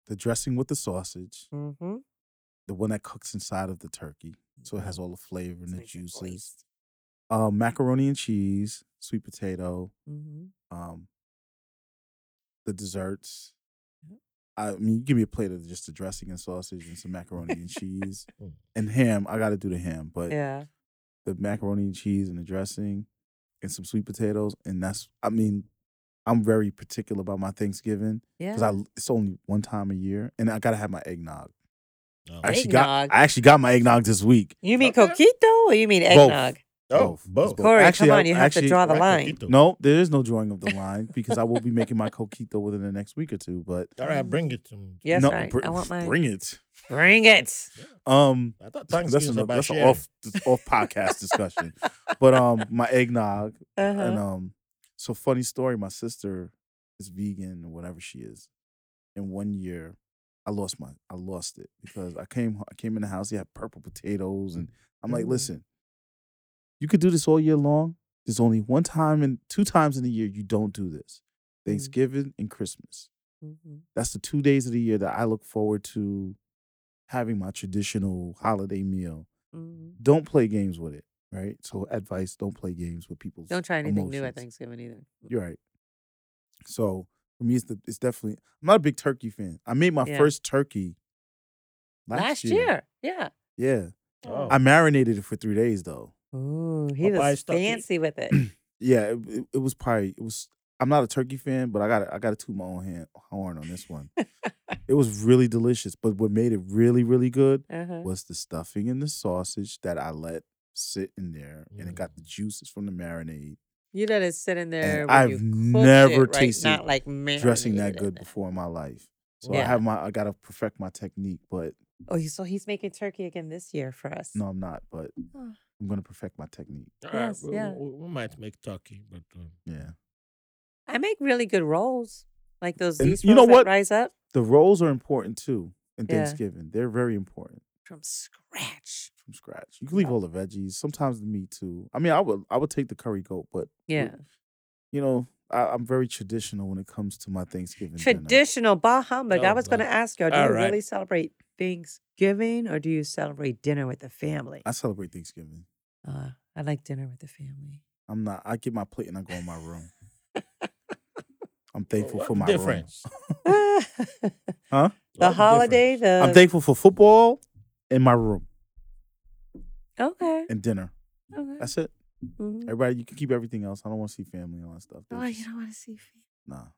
Speaker 2: The dressing with the sausage,
Speaker 3: Mm-hmm.
Speaker 2: the one that cooks inside of the turkey. So it has all the flavor and the juices.
Speaker 3: juices.
Speaker 2: Uh, macaroni and cheese, sweet potato,
Speaker 3: Mm-hmm.
Speaker 2: um, the desserts.
Speaker 3: Yep.
Speaker 2: I mean, you give me a plate of just the dressing and sausage and some macaroni and cheese
Speaker 1: Mm.
Speaker 2: and ham. I got to do the ham, but
Speaker 3: Yeah.
Speaker 2: the macaroni and cheese and the dressing and some sweet potatoes. And that's, I mean, I'm very particular about my Thanksgiving
Speaker 3: Yeah.
Speaker 2: because I it's only one time a year, and I gotta have my eggnog.
Speaker 1: Oh.
Speaker 2: I actually
Speaker 3: Eggnog?
Speaker 2: got I actually got my eggnog this week.
Speaker 3: you mean
Speaker 1: Okay.
Speaker 3: coquito or you mean eggnog?
Speaker 1: Oh,
Speaker 2: Both.
Speaker 1: both.
Speaker 2: Both.
Speaker 3: Corey,
Speaker 2: Actually,
Speaker 3: come
Speaker 2: I-
Speaker 3: on, you have
Speaker 2: actually-
Speaker 3: to draw the
Speaker 1: Right,
Speaker 3: line.
Speaker 1: coquito.
Speaker 2: No, there is no drawing of the line because I will be making my coquito within the next week or two. But
Speaker 1: All right, bring it to me.
Speaker 3: Yes,
Speaker 2: no,
Speaker 3: right.
Speaker 2: br-
Speaker 3: I want mine.
Speaker 2: Bring it.
Speaker 3: Bring it.
Speaker 2: Um,
Speaker 1: I thought
Speaker 2: that's
Speaker 1: Thanksgiving was
Speaker 2: an,
Speaker 1: about
Speaker 2: that's an
Speaker 1: sharing.
Speaker 2: off off podcast discussion. But um, my eggnog and
Speaker 3: Uh-huh.
Speaker 2: um, so funny story. My sister is vegan or whatever she is, and one year I lost my I lost it because I came I came in the house. He had purple potatoes, and I'm like,
Speaker 3: Mhm.
Speaker 2: listen,
Speaker 3: Mm.
Speaker 2: you could do this all year long. There's only one time and two times in a year you don't do this. Thanksgiving and Christmas.
Speaker 3: Mhm.
Speaker 2: That's the two days of the year that I look forward to having my traditional holiday meal.
Speaker 3: Mhm.
Speaker 2: Don't play games with it, right? So advice: don't play games with people's.
Speaker 3: Don't try anything new at
Speaker 2: Emotions.
Speaker 3: Thanksgiving either.
Speaker 2: You're right. So for me, it's the, it's definitely. I'm not a big turkey fan. I made my
Speaker 3: Yeah.
Speaker 2: first turkey
Speaker 3: Last, year. yeah.
Speaker 2: Yeah,
Speaker 1: Oh.
Speaker 2: I marinated it for three days though.
Speaker 3: Ooh, he was
Speaker 1: Popeye's turkey.
Speaker 3: fancy with it.
Speaker 2: Yeah, it, it, it was probably it was. I'm not a turkey fan, but I got I got to toot my own hand, horn on this one. it was really delicious, but what made it really really good
Speaker 3: Uh-huh.
Speaker 2: was the stuffing and the sausage that I let sit in there, and it got
Speaker 3: Mm.
Speaker 2: the juices from the marinade.
Speaker 3: You let it sit in there.
Speaker 2: And
Speaker 3: when
Speaker 2: I've
Speaker 3: you cooked
Speaker 2: never
Speaker 3: it, right?
Speaker 2: tasted
Speaker 3: Not like
Speaker 2: dressing
Speaker 3: marinated
Speaker 2: that
Speaker 3: in
Speaker 2: good
Speaker 3: it.
Speaker 2: before in my life. So I
Speaker 3: Yeah.
Speaker 2: have my I gotta perfect my technique, but
Speaker 3: Oh, you- so he's making turkey again this year for us.
Speaker 2: no, I'm not. But
Speaker 3: Oh.
Speaker 2: I'm gonna perfect my technique.
Speaker 1: All
Speaker 3: Yes,
Speaker 1: we,
Speaker 3: yeah.
Speaker 1: we- we might make turkey, but uh,
Speaker 2: Yeah,
Speaker 3: I make really good rolls, like those
Speaker 2: And
Speaker 3: yeast
Speaker 2: you know
Speaker 3: rolls that
Speaker 2: what?
Speaker 3: rise up
Speaker 2: the rolls are important too in
Speaker 3: Yeah.
Speaker 2: Thanksgiving. They're very important
Speaker 3: from scratch.
Speaker 2: from scratch. You can leave all the veggies, sometimes the meat too. I mean, I would I would take the curry goat, but
Speaker 3: Yeah,
Speaker 2: you know I, I'm very traditional when it comes to my Thanksgiving dinner.
Speaker 3: traditional bah humbug. I
Speaker 1: Oh,
Speaker 3: was going to
Speaker 1: God.
Speaker 3: ask you, do
Speaker 1: All
Speaker 3: you
Speaker 1: right.
Speaker 3: really celebrate Thanksgiving or do you celebrate dinner with the family?
Speaker 2: I celebrate Thanksgiving.
Speaker 3: Uh, I like dinner with the family.
Speaker 2: I'm not. I get my plate and I go in my room. I'm thankful
Speaker 1: what's
Speaker 2: for
Speaker 1: the
Speaker 2: my room.
Speaker 1: difference.
Speaker 3: the
Speaker 2: Huh?
Speaker 1: What's
Speaker 3: holiday,
Speaker 1: difference?
Speaker 3: the
Speaker 2: I'm thankful for football and my room
Speaker 3: okay.
Speaker 2: and dinner.
Speaker 3: okay.
Speaker 2: That's it.
Speaker 3: mhm.
Speaker 2: Everybody, you can keep everything else. I don't want to see family and all that stuff. That's
Speaker 3: Oh, you
Speaker 2: just-
Speaker 3: don't want to see family.
Speaker 2: Nah.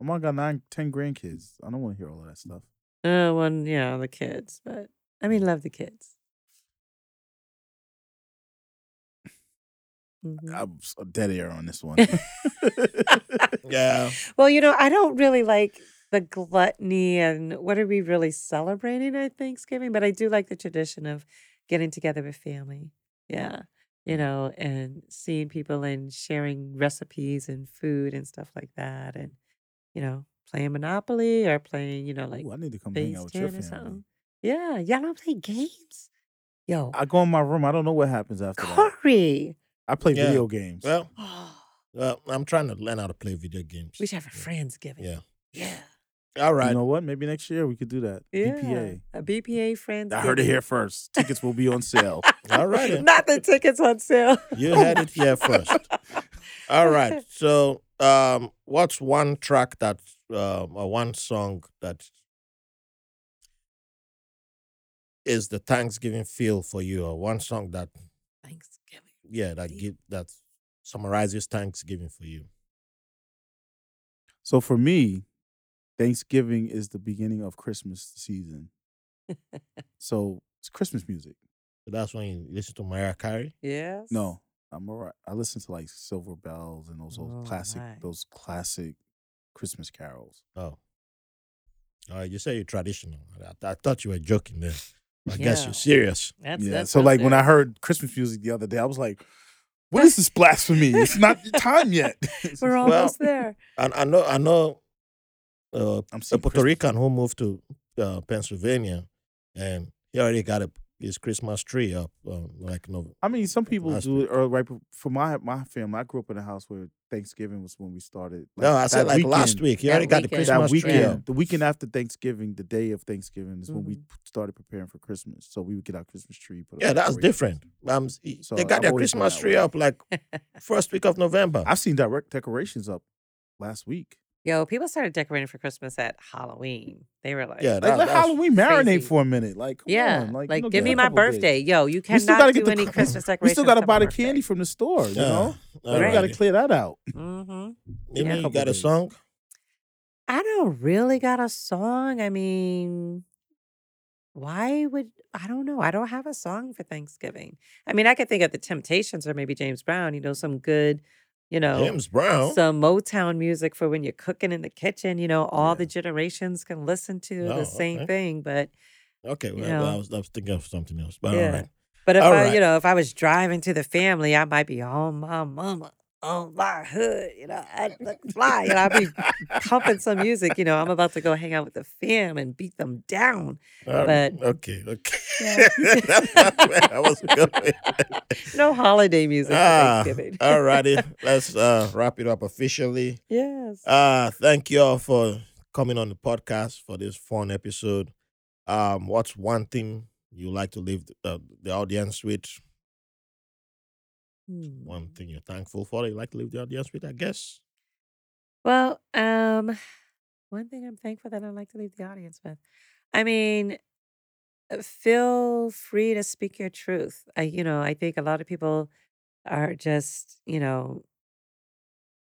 Speaker 2: My mom got nine, ten grandkids. I don't want to hear all of that stuff.
Speaker 3: Uh, well, yeah, the kids, but I mean, love the kids. Mhm.
Speaker 2: I'm s- dead air on this one.
Speaker 1: Yeah.
Speaker 3: Well, you know, I don't really like the gluttony and what are we really celebrating at Thanksgiving, but I do like the tradition of getting together with family. Yeah. You know, and seeing people and sharing recipes and food and stuff like that. And, you know, playing Monopoly or playing, you know, like
Speaker 2: Ooh, I need to come hang
Speaker 3: base
Speaker 2: out with your
Speaker 3: 10 or
Speaker 2: family.
Speaker 3: something. Yeah. Y'all don't play games? Yo,
Speaker 2: I go in my room. I don't know what happens after that.
Speaker 3: Corey.
Speaker 2: I play
Speaker 1: Yeah.
Speaker 2: video games.
Speaker 1: Well,
Speaker 3: Oh,
Speaker 1: uh, I'm trying to learn how to play video games.
Speaker 3: we should have a Friendsgiving.
Speaker 1: Yeah.
Speaker 3: Yeah.
Speaker 1: All right.
Speaker 2: You know what? Maybe next year we could do that.
Speaker 3: Yeah.
Speaker 2: BPA.
Speaker 3: A BPA Friendsgiving.
Speaker 2: I heard it here first. Tickets will be on sale.
Speaker 1: All right. then.
Speaker 3: Not the tickets on sale.
Speaker 1: You had it here first. All right. So, um, what's one track that, um, or one song that is the Thanksgiving feel for you, or one song that,
Speaker 3: Thanksgiving.
Speaker 1: yeah, that give that summarizes Thanksgiving for you?
Speaker 2: so for me, Thanksgiving is the beginning of Christmas season. so it's Christmas music.
Speaker 1: So that's when you listen to Mariah Carey.
Speaker 3: Yes.
Speaker 2: No, I'm all right. I listen to like Silver Bells and those old
Speaker 3: Oh,
Speaker 2: classic,
Speaker 3: right.
Speaker 2: those classic Christmas carols.
Speaker 1: Oh, uh, you say you're traditional. I, I thought you were joking there. I guess
Speaker 3: Yeah.
Speaker 1: you're serious.
Speaker 3: That's
Speaker 2: yeah.
Speaker 3: that's
Speaker 2: So
Speaker 3: up
Speaker 2: like when
Speaker 3: there.
Speaker 2: I heard Christmas music the other day, I was like, "What is this blasphemy? It's not your time yet."
Speaker 3: we're
Speaker 1: Well-
Speaker 3: almost there.
Speaker 1: And I know, I know, uh,
Speaker 2: I'm
Speaker 1: a
Speaker 2: seeing
Speaker 1: Puerto
Speaker 2: Christmas-
Speaker 1: Rican who moved to uh, Pennsylvania, and he already got a, his Christmas tree up. Um, like no,
Speaker 2: I mean, some people
Speaker 1: Last
Speaker 2: do
Speaker 1: week.
Speaker 2: it. Or right bef- for my my family, I grew up in a house where Thanksgiving was when we started.
Speaker 1: no, I said
Speaker 2: that
Speaker 1: like last
Speaker 2: weekend-
Speaker 1: week. He
Speaker 3: That
Speaker 1: already got the
Speaker 3: weekend.
Speaker 1: Christmas
Speaker 2: That weekend,
Speaker 1: tree up.
Speaker 2: the weekend after Thanksgiving, the day of Thanksgiving is when we
Speaker 3: Mm-hmm.
Speaker 2: started preparing for Christmas. So we would get our Christmas tree. Put up
Speaker 1: Yeah, that's
Speaker 2: decorations.
Speaker 1: different. Um, s- he-
Speaker 2: So
Speaker 1: they got
Speaker 2: I've
Speaker 1: their
Speaker 2: always been
Speaker 1: Christmas
Speaker 2: that
Speaker 1: tree
Speaker 2: way.
Speaker 1: up like first week of November.
Speaker 2: I've seen direct decorations up last week.
Speaker 3: Yo, people started decorating for Christmas at Halloween. They were like,
Speaker 1: Yeah,
Speaker 2: Like
Speaker 1: that-
Speaker 2: let
Speaker 1: that's
Speaker 2: Halloween marinate
Speaker 3: crazy.
Speaker 2: for a minute. Like come
Speaker 3: yeah,
Speaker 2: on,
Speaker 3: like,
Speaker 2: like, you know,
Speaker 3: give
Speaker 2: give
Speaker 3: me
Speaker 2: it a
Speaker 3: my
Speaker 2: couple days.
Speaker 3: birthday. Yo, you
Speaker 2: We
Speaker 3: cannot
Speaker 2: still gotta
Speaker 3: do
Speaker 2: get the
Speaker 3: any
Speaker 2: cr-
Speaker 3: Christmas
Speaker 2: We
Speaker 3: decorations.
Speaker 2: still gotta buy the candy from the store. You
Speaker 1: Yeah.
Speaker 2: know,
Speaker 1: All
Speaker 2: Like, we gotta
Speaker 1: right.
Speaker 2: clear that out.
Speaker 3: Mm-hmm.
Speaker 1: Maybe
Speaker 3: yeah.
Speaker 1: you
Speaker 2: Couple
Speaker 1: got a
Speaker 2: days.
Speaker 1: song.
Speaker 3: I don't really got a song. I mean, why would I don't know. I don't have a song for Thanksgiving. I mean, I could think of the Temptations or maybe James Brown. You know, some good, you know,
Speaker 1: James Brown.
Speaker 3: some Motown music for when you're cooking in the kitchen. You know, all
Speaker 2: Yeah.
Speaker 3: the generations can listen to
Speaker 1: Oh,
Speaker 3: the same
Speaker 1: okay.
Speaker 3: thing. But
Speaker 1: okay, well,
Speaker 3: Yeah.
Speaker 1: I, was, I was thinking of something else, but
Speaker 3: Yeah.
Speaker 1: all right.
Speaker 3: but if
Speaker 1: All
Speaker 3: I,
Speaker 1: right.
Speaker 3: you know, if I was driving to the family, I might be on my mama. on my hood, you know, I look fly, and I'll be pumping some music. You know, I'm about to go hang out with the fam and beat them down.
Speaker 1: All right.
Speaker 3: But-
Speaker 1: okay, okay.
Speaker 3: Yeah.
Speaker 1: That's not where I was going.
Speaker 3: No holiday music
Speaker 1: Ah,
Speaker 3: for Thanksgiving.
Speaker 1: all righty. Let's uh, wrap it up officially.
Speaker 3: Yes.
Speaker 1: Uh, thank you all for coming on the podcast for this fun episode. Um, what's one thing you like to leave the, uh, the audience with?
Speaker 3: Hmm.
Speaker 1: One thing you're thankful for, you like to leave the audience with, I guess.
Speaker 3: Well, um, one thing I'm thankful that I'd like to leave the audience with. I mean, uh, feel free to speak your truth. I, you know, I think a lot of people are just, you know,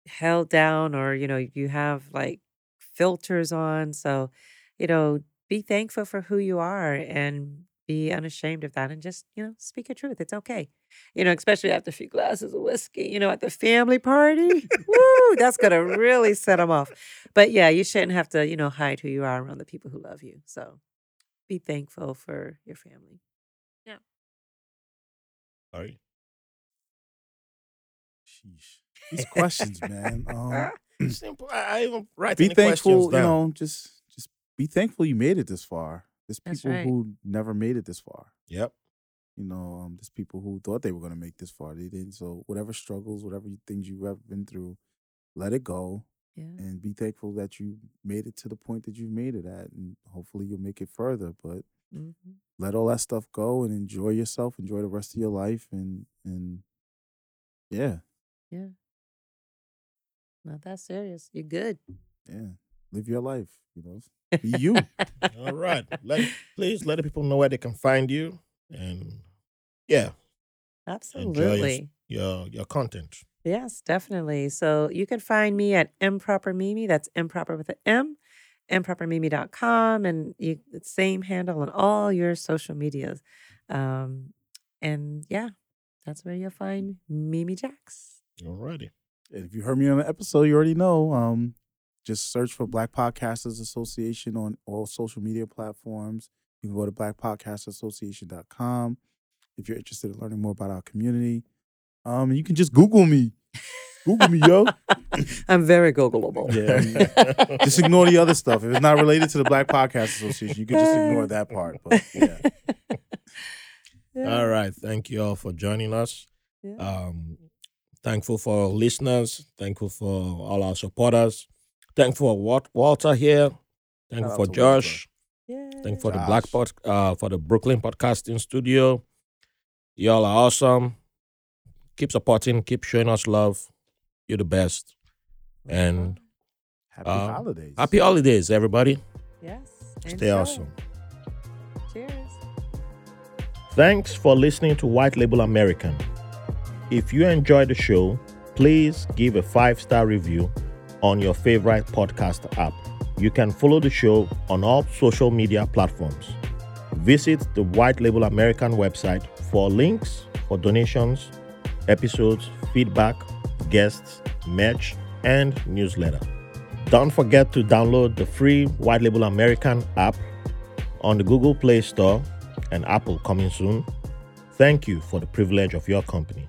Speaker 3: held down or, you know, you have like filters on. So, you know, be thankful for who you are and be unashamed of that and just, you know, speak your truth. It's okay. You know, especially after a few glasses of whiskey, you know, at the family party. Woo, that's going to really set them off. But yeah, you shouldn't have to, you know, hide who you are around the people who love you. So be thankful for your family.
Speaker 1: All right.
Speaker 2: Sheesh. These questions, man. Um,
Speaker 1: Simple. I, I even write
Speaker 2: be
Speaker 1: any
Speaker 2: thankful,
Speaker 1: questions
Speaker 2: you
Speaker 1: down.
Speaker 2: know, just just be thankful you made it this far. There's
Speaker 3: That's
Speaker 2: people
Speaker 3: right.
Speaker 2: who never made it this far.
Speaker 1: Yep.
Speaker 2: You know, um, there's people who thought they were going to make this far. They didn't. So whatever struggles, whatever you- things you've ever been through, let it go
Speaker 3: Yeah.
Speaker 2: and be thankful that you made it to the point that you made it at, and hopefully you'll make it further. But
Speaker 3: hmm
Speaker 2: let all that stuff go and enjoy yourself, enjoy the rest of your life, and and yeah,
Speaker 3: Not that serious. You're good.
Speaker 2: yeah, live your life. You know, be you.
Speaker 1: All right. Let, please let the people know where they can find you and yeah,
Speaker 3: Absolutely.
Speaker 1: your your content.
Speaker 3: Yes, definitely. So you can find me at Improper Mimi. That's improper with an M, impropermimi.com, and you the same handle on all your social medias. Um, and yeah, that's where you'll find Mimi Jax.
Speaker 1: All righty.
Speaker 2: And if you heard me on an episode, you already know. Um, just search for Black Podcasters Association on all social media platforms. You can go to blackpodcastassociation.com if you're interested in learning more about our community. Um, and you can just Google me. Google me, yo.
Speaker 3: I'm very Googleable.
Speaker 2: Yeah, Just ignore the other stuff. If it's not related to the Black Podcast Association, you can just ignore that part. But yeah.
Speaker 3: Yeah.
Speaker 1: All right. Thank you all for joining us.
Speaker 3: Yeah.
Speaker 1: Um, thankful for our listeners. Thankful for all our supporters. Thankful for Walt- Walter here. Thankful
Speaker 2: out
Speaker 1: for
Speaker 2: to
Speaker 1: Josh.
Speaker 3: Yay.
Speaker 1: Thankful for the
Speaker 2: Josh.
Speaker 1: Black Pod, uh, for the Brooklyn Podcasting Studio. Y'all are awesome. Keep supporting. Keep showing us love. You're the best. And
Speaker 2: Happy
Speaker 1: Um,
Speaker 2: holidays.
Speaker 1: happy holidays, everybody.
Speaker 3: Yes.
Speaker 1: Stay
Speaker 3: enjoy.
Speaker 1: awesome.
Speaker 3: Cheers.
Speaker 1: Thanks for listening to White Label American. If you enjoyed the show, please give a five star review on your favorite podcast app. You can follow the show on all social media platforms. Visit the White Label American website for links for donations, episodes, feedback, guests, merch, and newsletter. Don't forget to download the free White Label American app on the Google Play Store and Apple coming soon. Thank you for the privilege of your company.